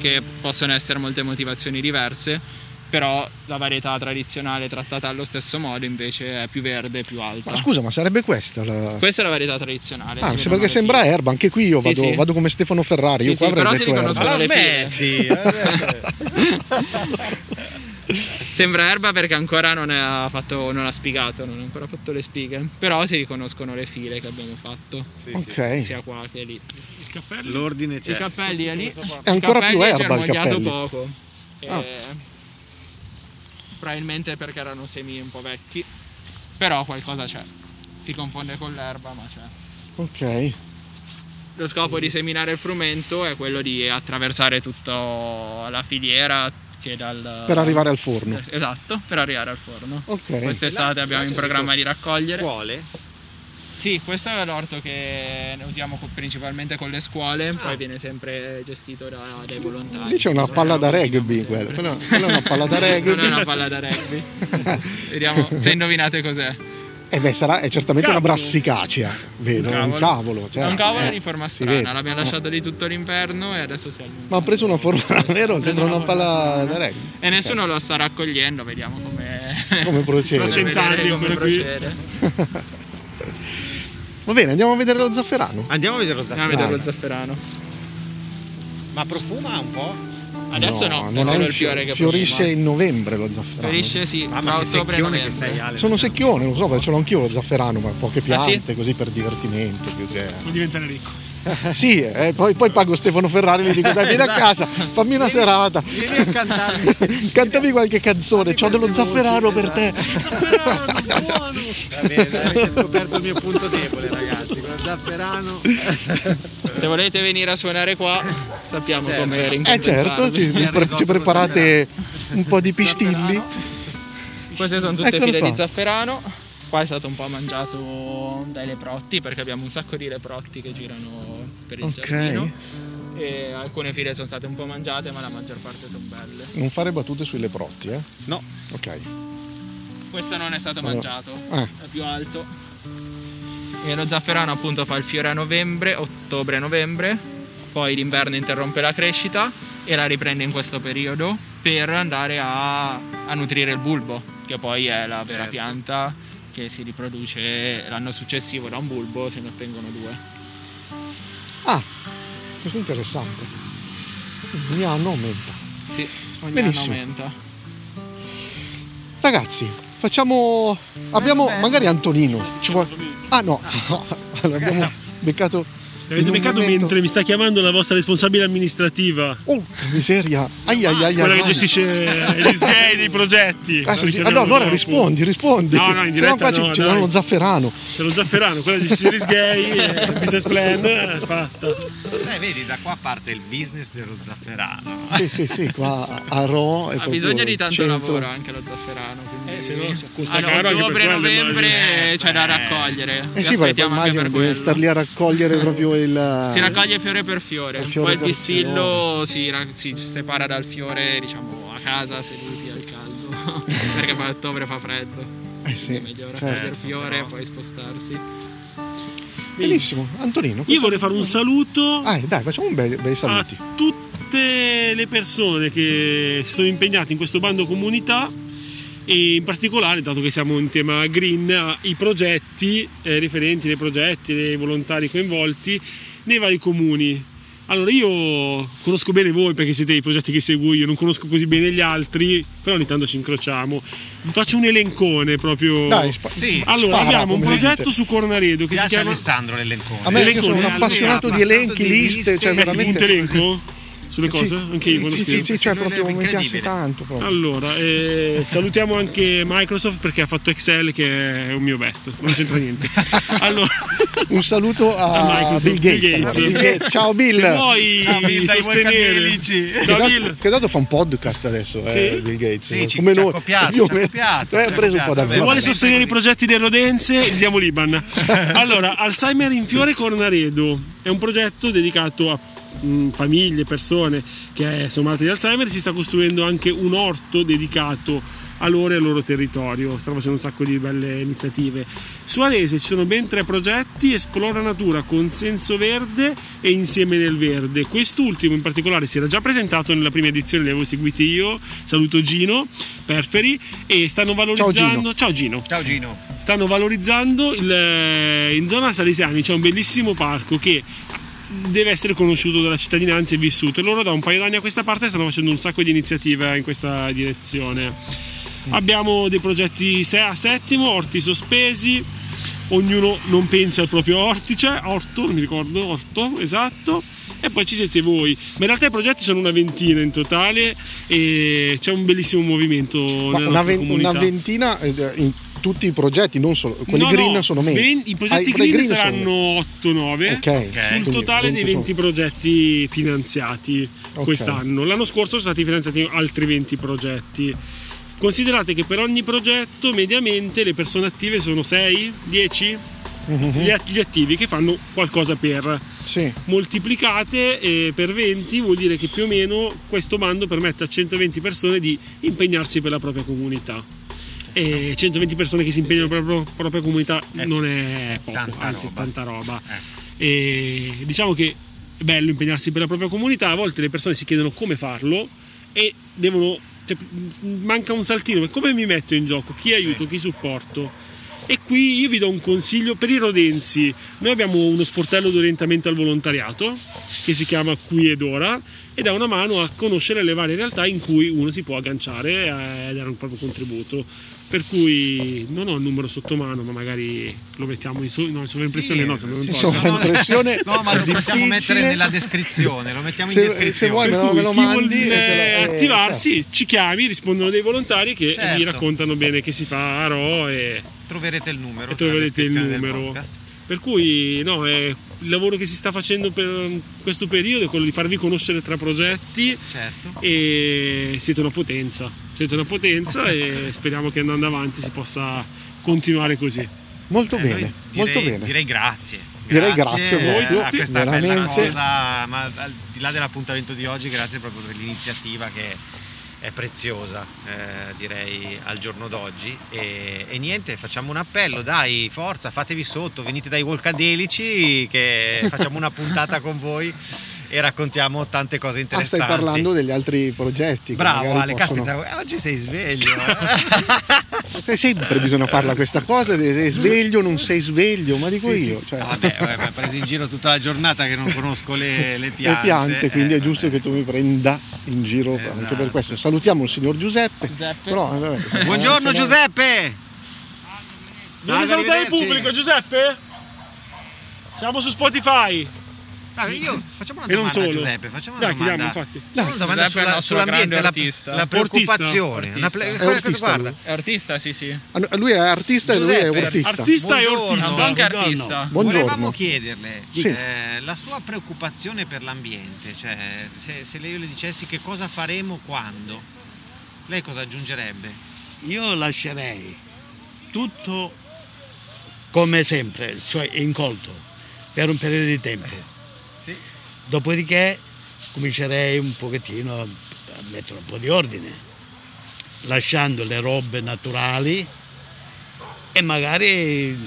B: che possono essere molte motivazioni diverse, però la varietà tradizionale trattata allo stesso modo invece è più verde e più alta.
C: Ma scusa, ma sarebbe questa la...
B: Questa è la varietà tradizionale.
C: Ah,
B: si
C: sì,
B: vedono
C: perché
B: le
C: sembra
B: file.
C: erba, anche qui io
B: Sì,
C: vado,
B: sì.
C: vado come Stefano Ferrari,
B: Sì,
C: io qua
B: sì,
C: avrei
B: però si
C: detto erba.
B: riconoscono
A: Ma
B: le file.
A: smetti, eh,
C: er-
B: Sembra erba perché ancora non ha, fatto, non ha spigato, non ha ancora fatto le spighe, però si riconoscono le file che abbiamo fatto,
C: Ok.
B: sia qua che lì.
F: Il cappello?
A: L'ordine
B: I
A: c'è.
B: cappelli è lì.
C: È ancora più
B: Cappelli è
C: erba il
B: germogliato
C: cappello.
B: poco. E-
C: Ah.
B: Probabilmente perché erano semi un po' vecchi. Però qualcosa c'è. Si confonde con l'erba, ma c'è.
C: Ok.
B: Lo scopo di seminare il frumento è quello di attraversare tutta la filiera che dal...
C: Per arrivare al forno.
B: Esatto, per arrivare al forno.
C: Ok.
B: Quest'estate
A: Là-
B: abbiamo
A: là
B: in
A: c'è
B: programma di
A: questo
F: eh.
B: raccogliere.
A: Scuole?
B: Sì, questo è l'orto che ne usiamo co- principalmente con le scuole, poi viene sempre gestito da- dai volontari.
C: Lì c'è una
B: Noi
C: palla
B: lo
C: da rugby,
B: combiniamo
C: quella.
B: sempre.
C: Quella, quella è una palla da rugby.
B: eh, Non è una palla da rugby. Vediamo se indovinate cos'è.
C: Eh beh, sarà è certamente una
F: Cavolo.
C: brassicacea, vedo, è un cavolo. cioè,
B: è un cavolo
C: eh,
B: di forma
C: si
B: strana,
C: vede.
B: l'abbiamo lasciato lì tutto l'inverno e adesso si allunga.
C: Ma ha preso una forma,
B: Sì, sì,
C: vero?
B: ha preso
C: Sembra una
B: forma
C: palla
B: strana.
C: da rugby.
B: E nessuno lo sta raccogliendo, vediamo come...
C: Come procede.
B: come
F: Tra cent'anni
B: vedere come
F: quello qui.
B: procede.
C: Va bene, andiamo a vedere lo zafferano.
A: Andiamo a vedere lo
B: Andiamo a
A: zafferano.
B: vedere
C: Dai.
B: lo zafferano.
A: Ma profuma un po'?
B: Adesso no, è
C: non
B: solo
C: un
B: il
C: fiore,
B: fiore che
C: Fiorisce
B: prima.
C: in novembre lo zafferano.
B: Fiorisce sì, tra
A: Mamma Ah, che
B: ottobre e
A: secchione che
B: novembre.
A: sei Ale.
C: Sono secchione, lo so, perché ce l'ho anch'io lo zafferano, ma poche
B: Ah, sì?
C: piante, così per divertimento. Più che...
F: Non diventare ricco.
C: sì, eh, poi, poi pago Stefano Ferrari e gli dico dai vieni a
A: Esatto.
C: casa, fammi una
A: Vieni-
C: serata.
A: vieni a cantarmi.
C: Cantami qualche canzone, ho dello zafferano per te.
A: eh. Zafferano, buono! Va bene, avete scoperto il mio punto debole, ragazzi. Con lo zafferano.
B: Se volete venire a suonare qua, sappiamo
A: eh. Certo.
B: come
C: Eh certo,
B: ricompensarvi.
C: ci,
A: Mi ha
C: pre- ci
A: risolto lo
C: preparate un po' di pistilli.
B: Queste sono tutte
C: Eccolo
B: file
C: qua.
B: di zafferano. Qua è stato un po' mangiato dai leprotti perché abbiamo un sacco di leprotti che girano per il
C: Ok.
B: giardino. E alcune file sono state un po' mangiate, ma la maggior parte sono belle.
C: Non fare battute sui leprotti, eh?
A: No,
C: Ok.
B: Questo non è stato
C: Allora,
B: mangiato,
C: eh.
B: è più alto. E lo zafferano appunto fa il fiore a novembre, ottobre-novembre, poi l'inverno interrompe la crescita e la riprende in questo periodo per andare a, a nutrire il bulbo, che poi è la vera
A: Certo.
B: pianta che si riproduce l'anno successivo da un bulbo, se ne ottengono due.
C: Ah, questo è interessante. Ogni anno aumenta.
B: Sì, ogni
C: Benissimo.
B: anno aumenta.
C: Ragazzi, facciamo. Abbiamo magari Antonino. Ci vuole- Ah no, no, l'abbiamo beccato
F: Mi avete
C: un
F: beccato
C: momento-
F: mentre mi sta chiamando la vostra responsabile amministrativa,
C: Oh, che miseria. Ai ai ai
F: quella
C: ai.
F: che gestisce gli sgay dei progetti.
C: Ah,
F: La
C: sì, sì. Ah,
F: richiamiamo
C: no, allora
F: dopo.
C: rispondi, rispondi.
F: No,
C: Se
F: no, in
C: no
F: diretta
C: qua ci,
F: no,
C: ci
F: dai.
C: danno lo zafferano.
F: C'è lo Zafferano, quella di Series Gay, eh, business plan, eh, fatta.
A: Beh, Eh, vedi, da qua parte il business dello zafferano.
C: Sì, sì, sì, qua a Ro è
B: Ha
C: proprio
B: bisogno Ah, di tanto
C: centro.
B: lavoro anche lo zafferano. Quindi...
F: Eh, se no, costa
B: Ah, no,
F: caro anche per
B: ottobre,
F: quello,
B: novembre
A: immagino.
B: c'è da
A: Eh,
B: raccogliere.
C: Eh
B: Vi
C: sì, perché poi
B: aspettiamo anche
C: immagino
B: per
C: devi
B: quello. Eh.
C: star lì a raccogliere proprio il... eh,
B: Si raccoglie fiore per fiore,
C: Il fiore
B: poi il
C: per
B: pistillo si, ra- si separa dal fiore, diciamo, a casa seduti al caldo. Perché poi a ottobre fa freddo.
C: Eh
B: Quindi è
C: sì,
B: meglio raccogliere
C: certo.
B: il fiore,
A: però.
B: poi spostarsi.
C: Benissimo, Antonino.
F: Io vorrei fare un Ah. saluto
C: Ah, dai, facciamo un bel, bei
F: a
C: saluti.
F: tutte le persone che si sono impegnate in questo bando comunità e in particolare, dato che siamo in tema green, ai progetti eh, riferenti ai progetti, ai volontari coinvolti nei vari comuni. Allora, io conosco bene voi perché siete i progetti che seguo io, non conosco così bene gli altri, però ogni tanto ci incrociamo. Vi faccio un elencone proprio.
C: Dai, spa-
A: Sì.
F: allora,
C: spara,
F: abbiamo un
C: come si dice.
F: progetto su Cornaredo che si
A: Piace
F: chiama.
A: Alessandro l'elencone.
C: A me io
F: L'elencone,
C: sono un
F: allora,
C: appassionato di elenchi,
A: appassionato di
C: liste,
A: liste.
C: cioè
A: Metti
F: Metti punto
C: veramente...
F: elenco sulle cose? Anche io
C: sì,
F: quando
C: sì,
F: scrivo. Ah,
C: sì, sì, cioè
A: Non è
C: proprio mi piace
A: incredibile.
C: tanto proprio.
F: Allora, eh, salutiamo anche Microsoft perché ha fatto Excel che è un mio best, non c'entra niente. Allora,
C: Un saluto
F: a
C: a,
F: Microsoft,
C: Ah, Bill, Gates, Bill Gates. Ciao Bill!
F: Se vuoi
A: Ciao, Bill, Ah, dai, vuoi
F: sostenere,
A: cadelici?
C: Che
F: ciao
C: dato-
F: Bill.
C: Che dato fa un podcast adesso, eh,
F: Sì?
C: Bill Gates.
A: Sì, ci-
C: come
A: ci ha
C: noi.
A: copiato,
C: Più o
A: ci ha
C: meno.
A: copiato,
C: Eh,
A: ci
C: ha
A: ha
C: preso un po'
A: copiato.
C: da me.
F: Se vuole
A: Vabbè.
F: sostenere i progetti del Rodense, gli diamo l'Iban. Allora, Alzheimer in Fiore Cornaredo è un progetto dedicato a mm, famiglie, persone che sono malate di Alzheimer. Si sta costruendo anche un orto dedicato a loro e al loro territorio. Stanno facendo un sacco di belle iniziative. Su Alese ci sono ben tre progetti: Esplora Natura, Consenso Verde e Insieme nel Verde. Quest'ultimo in particolare si era già presentato nella prima edizione, li avevo seguiti io. Saluto Gino Perferi e stanno valorizzando. Ciao Gino
A: Ciao Gino.
F: stanno valorizzando il, eh, in zona Salesiani c'è un bellissimo parco che deve essere conosciuto dalla cittadinanza e vissuto e loro da un paio d'anni a questa parte stanno facendo un sacco di iniziative in questa direzione abbiamo dei progetti se- a settimo orti sospesi ognuno non pensa al proprio ortice orto non mi ricordo orto esatto e poi ci siete voi ma in realtà i progetti sono una ventina in totale e c'è un bellissimo movimento
C: Ma
F: nella
C: una,
F: nostra
C: ven-
F: comunità
C: una ventina eh, in tutti i progetti, non solo quelli
F: No,
C: green
F: no,
C: sono meno.
F: ven- I progetti
C: Ah,
F: green,
C: quelli
F: saranno 8-9
C: sono- Ok,
F: sul
C: quindi
F: totale dei 20
C: sono-
F: progetti finanziati
C: Ok.
F: quest'anno. L'anno scorso sono stati finanziati altri 20 progetti. Considerate che per ogni progetto mediamente le persone attive sono 6, 10
C: Mhm,
F: gli, at- gli attivi che fanno qualcosa per
C: Sì.
F: moltiplicate eh, per 20 vuol dire che più o meno questo bando permette a 120 persone di impegnarsi per la propria comunità. E 120 persone che si impegnano per la pro- propria comunità
A: Eh,
F: non è poco,
A: tanta
F: anzi
A: roba. Eh.
F: è tanta roba. E diciamo che è bello impegnarsi per la propria comunità, a volte le persone si chiedono come farlo e devono cioè, m- manca un saltino, ma come mi metto in gioco? Chi aiuto, chi supporto? E qui io vi do un consiglio per i rodensi. Noi abbiamo uno sportello di orientamento al volontariato che si chiama Qui ed Ora e dà una mano a conoscere le varie realtà in cui uno si può agganciare e dare un proprio contributo. Per cui non ho il numero sotto mano, ma magari lo mettiamo in, so- no, in sovraimpressione.
A: Sì,
F: no, se non
A: sì,
F: importa.
C: Insomma, impressione
A: No, ma lo possiamo
C: difficile.
A: mettere nella descrizione. Lo mettiamo in
C: Se-
A: descrizione.
C: se vuoi-
F: Per
C: me lo-
F: cui
C: me lo
F: chi vuol
C: mandi e te lo- eh,
F: attivarsi ci chiami, rispondono dei volontari che
A: Certo.
F: vi raccontano bene che si fa a Ro e
A: troverete il numero.
F: E
A: nella
F: troverete il
A: descrizione del
F: numero.
A: podcast.
F: Per cui no, è- il lavoro che si sta facendo per questo periodo è quello di farvi conoscere tra progetti
A: Certo.
F: e siete una potenza, siete una potenza e speriamo che andando avanti si possa continuare così.
C: Molto
A: Eh, noi
C: bene,
A: direi-
C: molto bene.
A: Direi grazie.
C: Direi grazie a voi
A: eh,
C: tutti,
A: a questa bella
C: veramente.
A: cosa, ma al di là dell'appuntamento di oggi, grazie proprio per l'iniziativa che è preziosa, eh, direi al giorno d'oggi. E, e niente, facciamo un appello, dai, forza, fatevi sotto, venite dai Volcadelici che facciamo una puntata con voi e raccontiamo tante cose
C: Ah,
A: interessanti.
C: stai parlando degli altri progetti. che
A: Bravo
C: magari
A: Ale,
C: possono-
A: caspita, eh, oggi sei sveglio. eh.
C: Sai, sempre bisogna farla questa cosa, de- sei sveglio, non sei sveglio, ma dico
A: Sì, sì.
C: io. Cioè,
A: Ah, vabbè, vabbè, mi ha preso in giro tutta la giornata che non conosco le, le
C: le
A: piante.
C: piante, quindi
A: Eh,
C: è giusto
A: vabbè.
C: che tu mi prenda in giro anche
A: Esatto.
C: per questo. Salutiamo il signor Giuseppe. Però, eh, vabbè, se-
A: Buongiorno
C: se-
A: Giuseppe!
F: Vieni a salutare il
A: arrivederci.
F: pubblico, Giuseppe? Siamo su Spotify.
A: Allora, io facciamo una
F: E non
A: domanda a
F: solo.
A: Giuseppe, facciamo una
F: Dai, chiediamo,
A: domanda.
F: infatti.
A: Solo una domanda
B: Giuseppe è il
A: sulla,
B: nostro
A: sull'ambiente,
B: grande
A: la,
B: artista.
A: la
F: Ortista?
A: preoccupazione.
B: Ortista.
A: La pre-
C: È
A: quella-
C: ortista
A: guarda,
C: lui?
B: È artista, sì, sì.
C: Ah, no, Lui è artista e lui è
A: Giuseppe,
C: autista.
F: Artista e
A: Buongiorno.
F: ortista.
B: No, anche
G: Madonna.
B: artista.
C: Buongiorno.
A: Volevamo chiederle
C: Sì.
A: eh, la sua preoccupazione per l'ambiente, cioè se, se io le dicessi che cosa faremo quando, lei cosa aggiungerebbe?
G: Io lascerei tutto come sempre, cioè incolto, per un periodo di tempo.
A: Sì.
G: Dopodiché comincerei un pochettino a a mettere un po' di ordine, lasciando le robe naturali e magari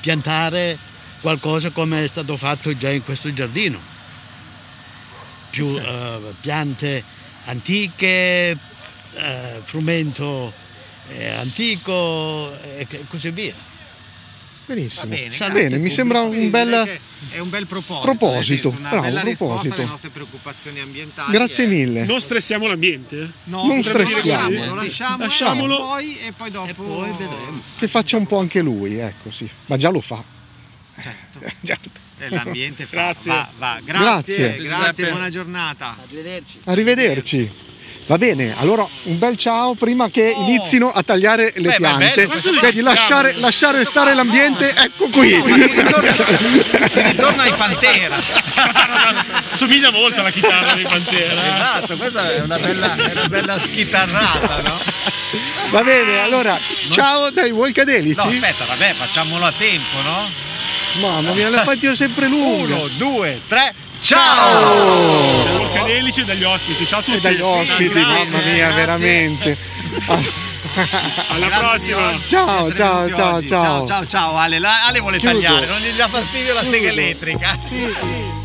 G: piantare qualcosa come è stato fatto già in questo giardino. Più eh, piante antiche, eh, frumento eh, antico e che- così via.
A: Va
C: Benissimo.
A: bene,
C: Sa-
A: grazie,
C: bene, mi
A: pubblico.
C: sembra un
A: Quindi direi
C: bel.
A: che è un bel proposito,
C: proposito,
A: nel senso, una
C: bravo,
A: bella risposta
C: proposito.
A: alle nostre preoccupazioni ambientali.
C: Grazie
A: eh.
C: mille.
F: Non stressiamo l'ambiente. eh.
A: No, potremmo
C: Non
A: dire
C: stressiamo.
A: così, Lo lasciamo, eh,
F: Lasciamolo.
A: poi, e poi dopo
G: E poi vedremo.
C: Che faccia un po' anche lui, ecco sì. Ma già lo fa.
A: Certo.
C: Certo.
A: Eh, l'ambiente fa,
F: Grazie.
A: va, va.
C: Grazie.
A: Grazie, grazie,
B: Giuseppe.
A: buona giornata.
G: Arrivederci.
C: Arrivederci. Va bene, allora un bel ciao prima che
B: Oh.
C: inizino a tagliare
B: Beh,
C: le
B: ma è bello,
C: piante.
B: questo lo
C: Quindi lasciare, lasciare stare l'ambiente, ecco qui.
A: Si ritorna ai Pantera.
F: Somiglia molto alla chitarra dei Pantera. eh.
A: Esatto, questa è una bella, è una bella schitarrata, no?
C: Va bene, allora ciao dai
A: No,
C: Volcadelici.
A: aspetta, vabbè, facciamolo a tempo, no?
C: Mamma mia, l'ha fatta sempre lunga.
A: Uno, due, tre, ciao!
F: Dal Volcanelici e dagli ospiti. Ciao a tutti.
C: Eh, E dagli ospiti,
A: grazie,
C: mamma mia,
A: grazie.
C: veramente.
F: Alla
A: Grazie
F: prossima.
A: di oggi,
C: Ciao,
A: di essere
C: ciao,
A: venuti
C: ciao,
A: oggi.
C: ciao.
A: ciao, ciao, ciao, Ale, La- Ale vuole
C: Chiudo.
A: tagliare, non gli dà fastidio la sega elettrica.
C: Sì, sì.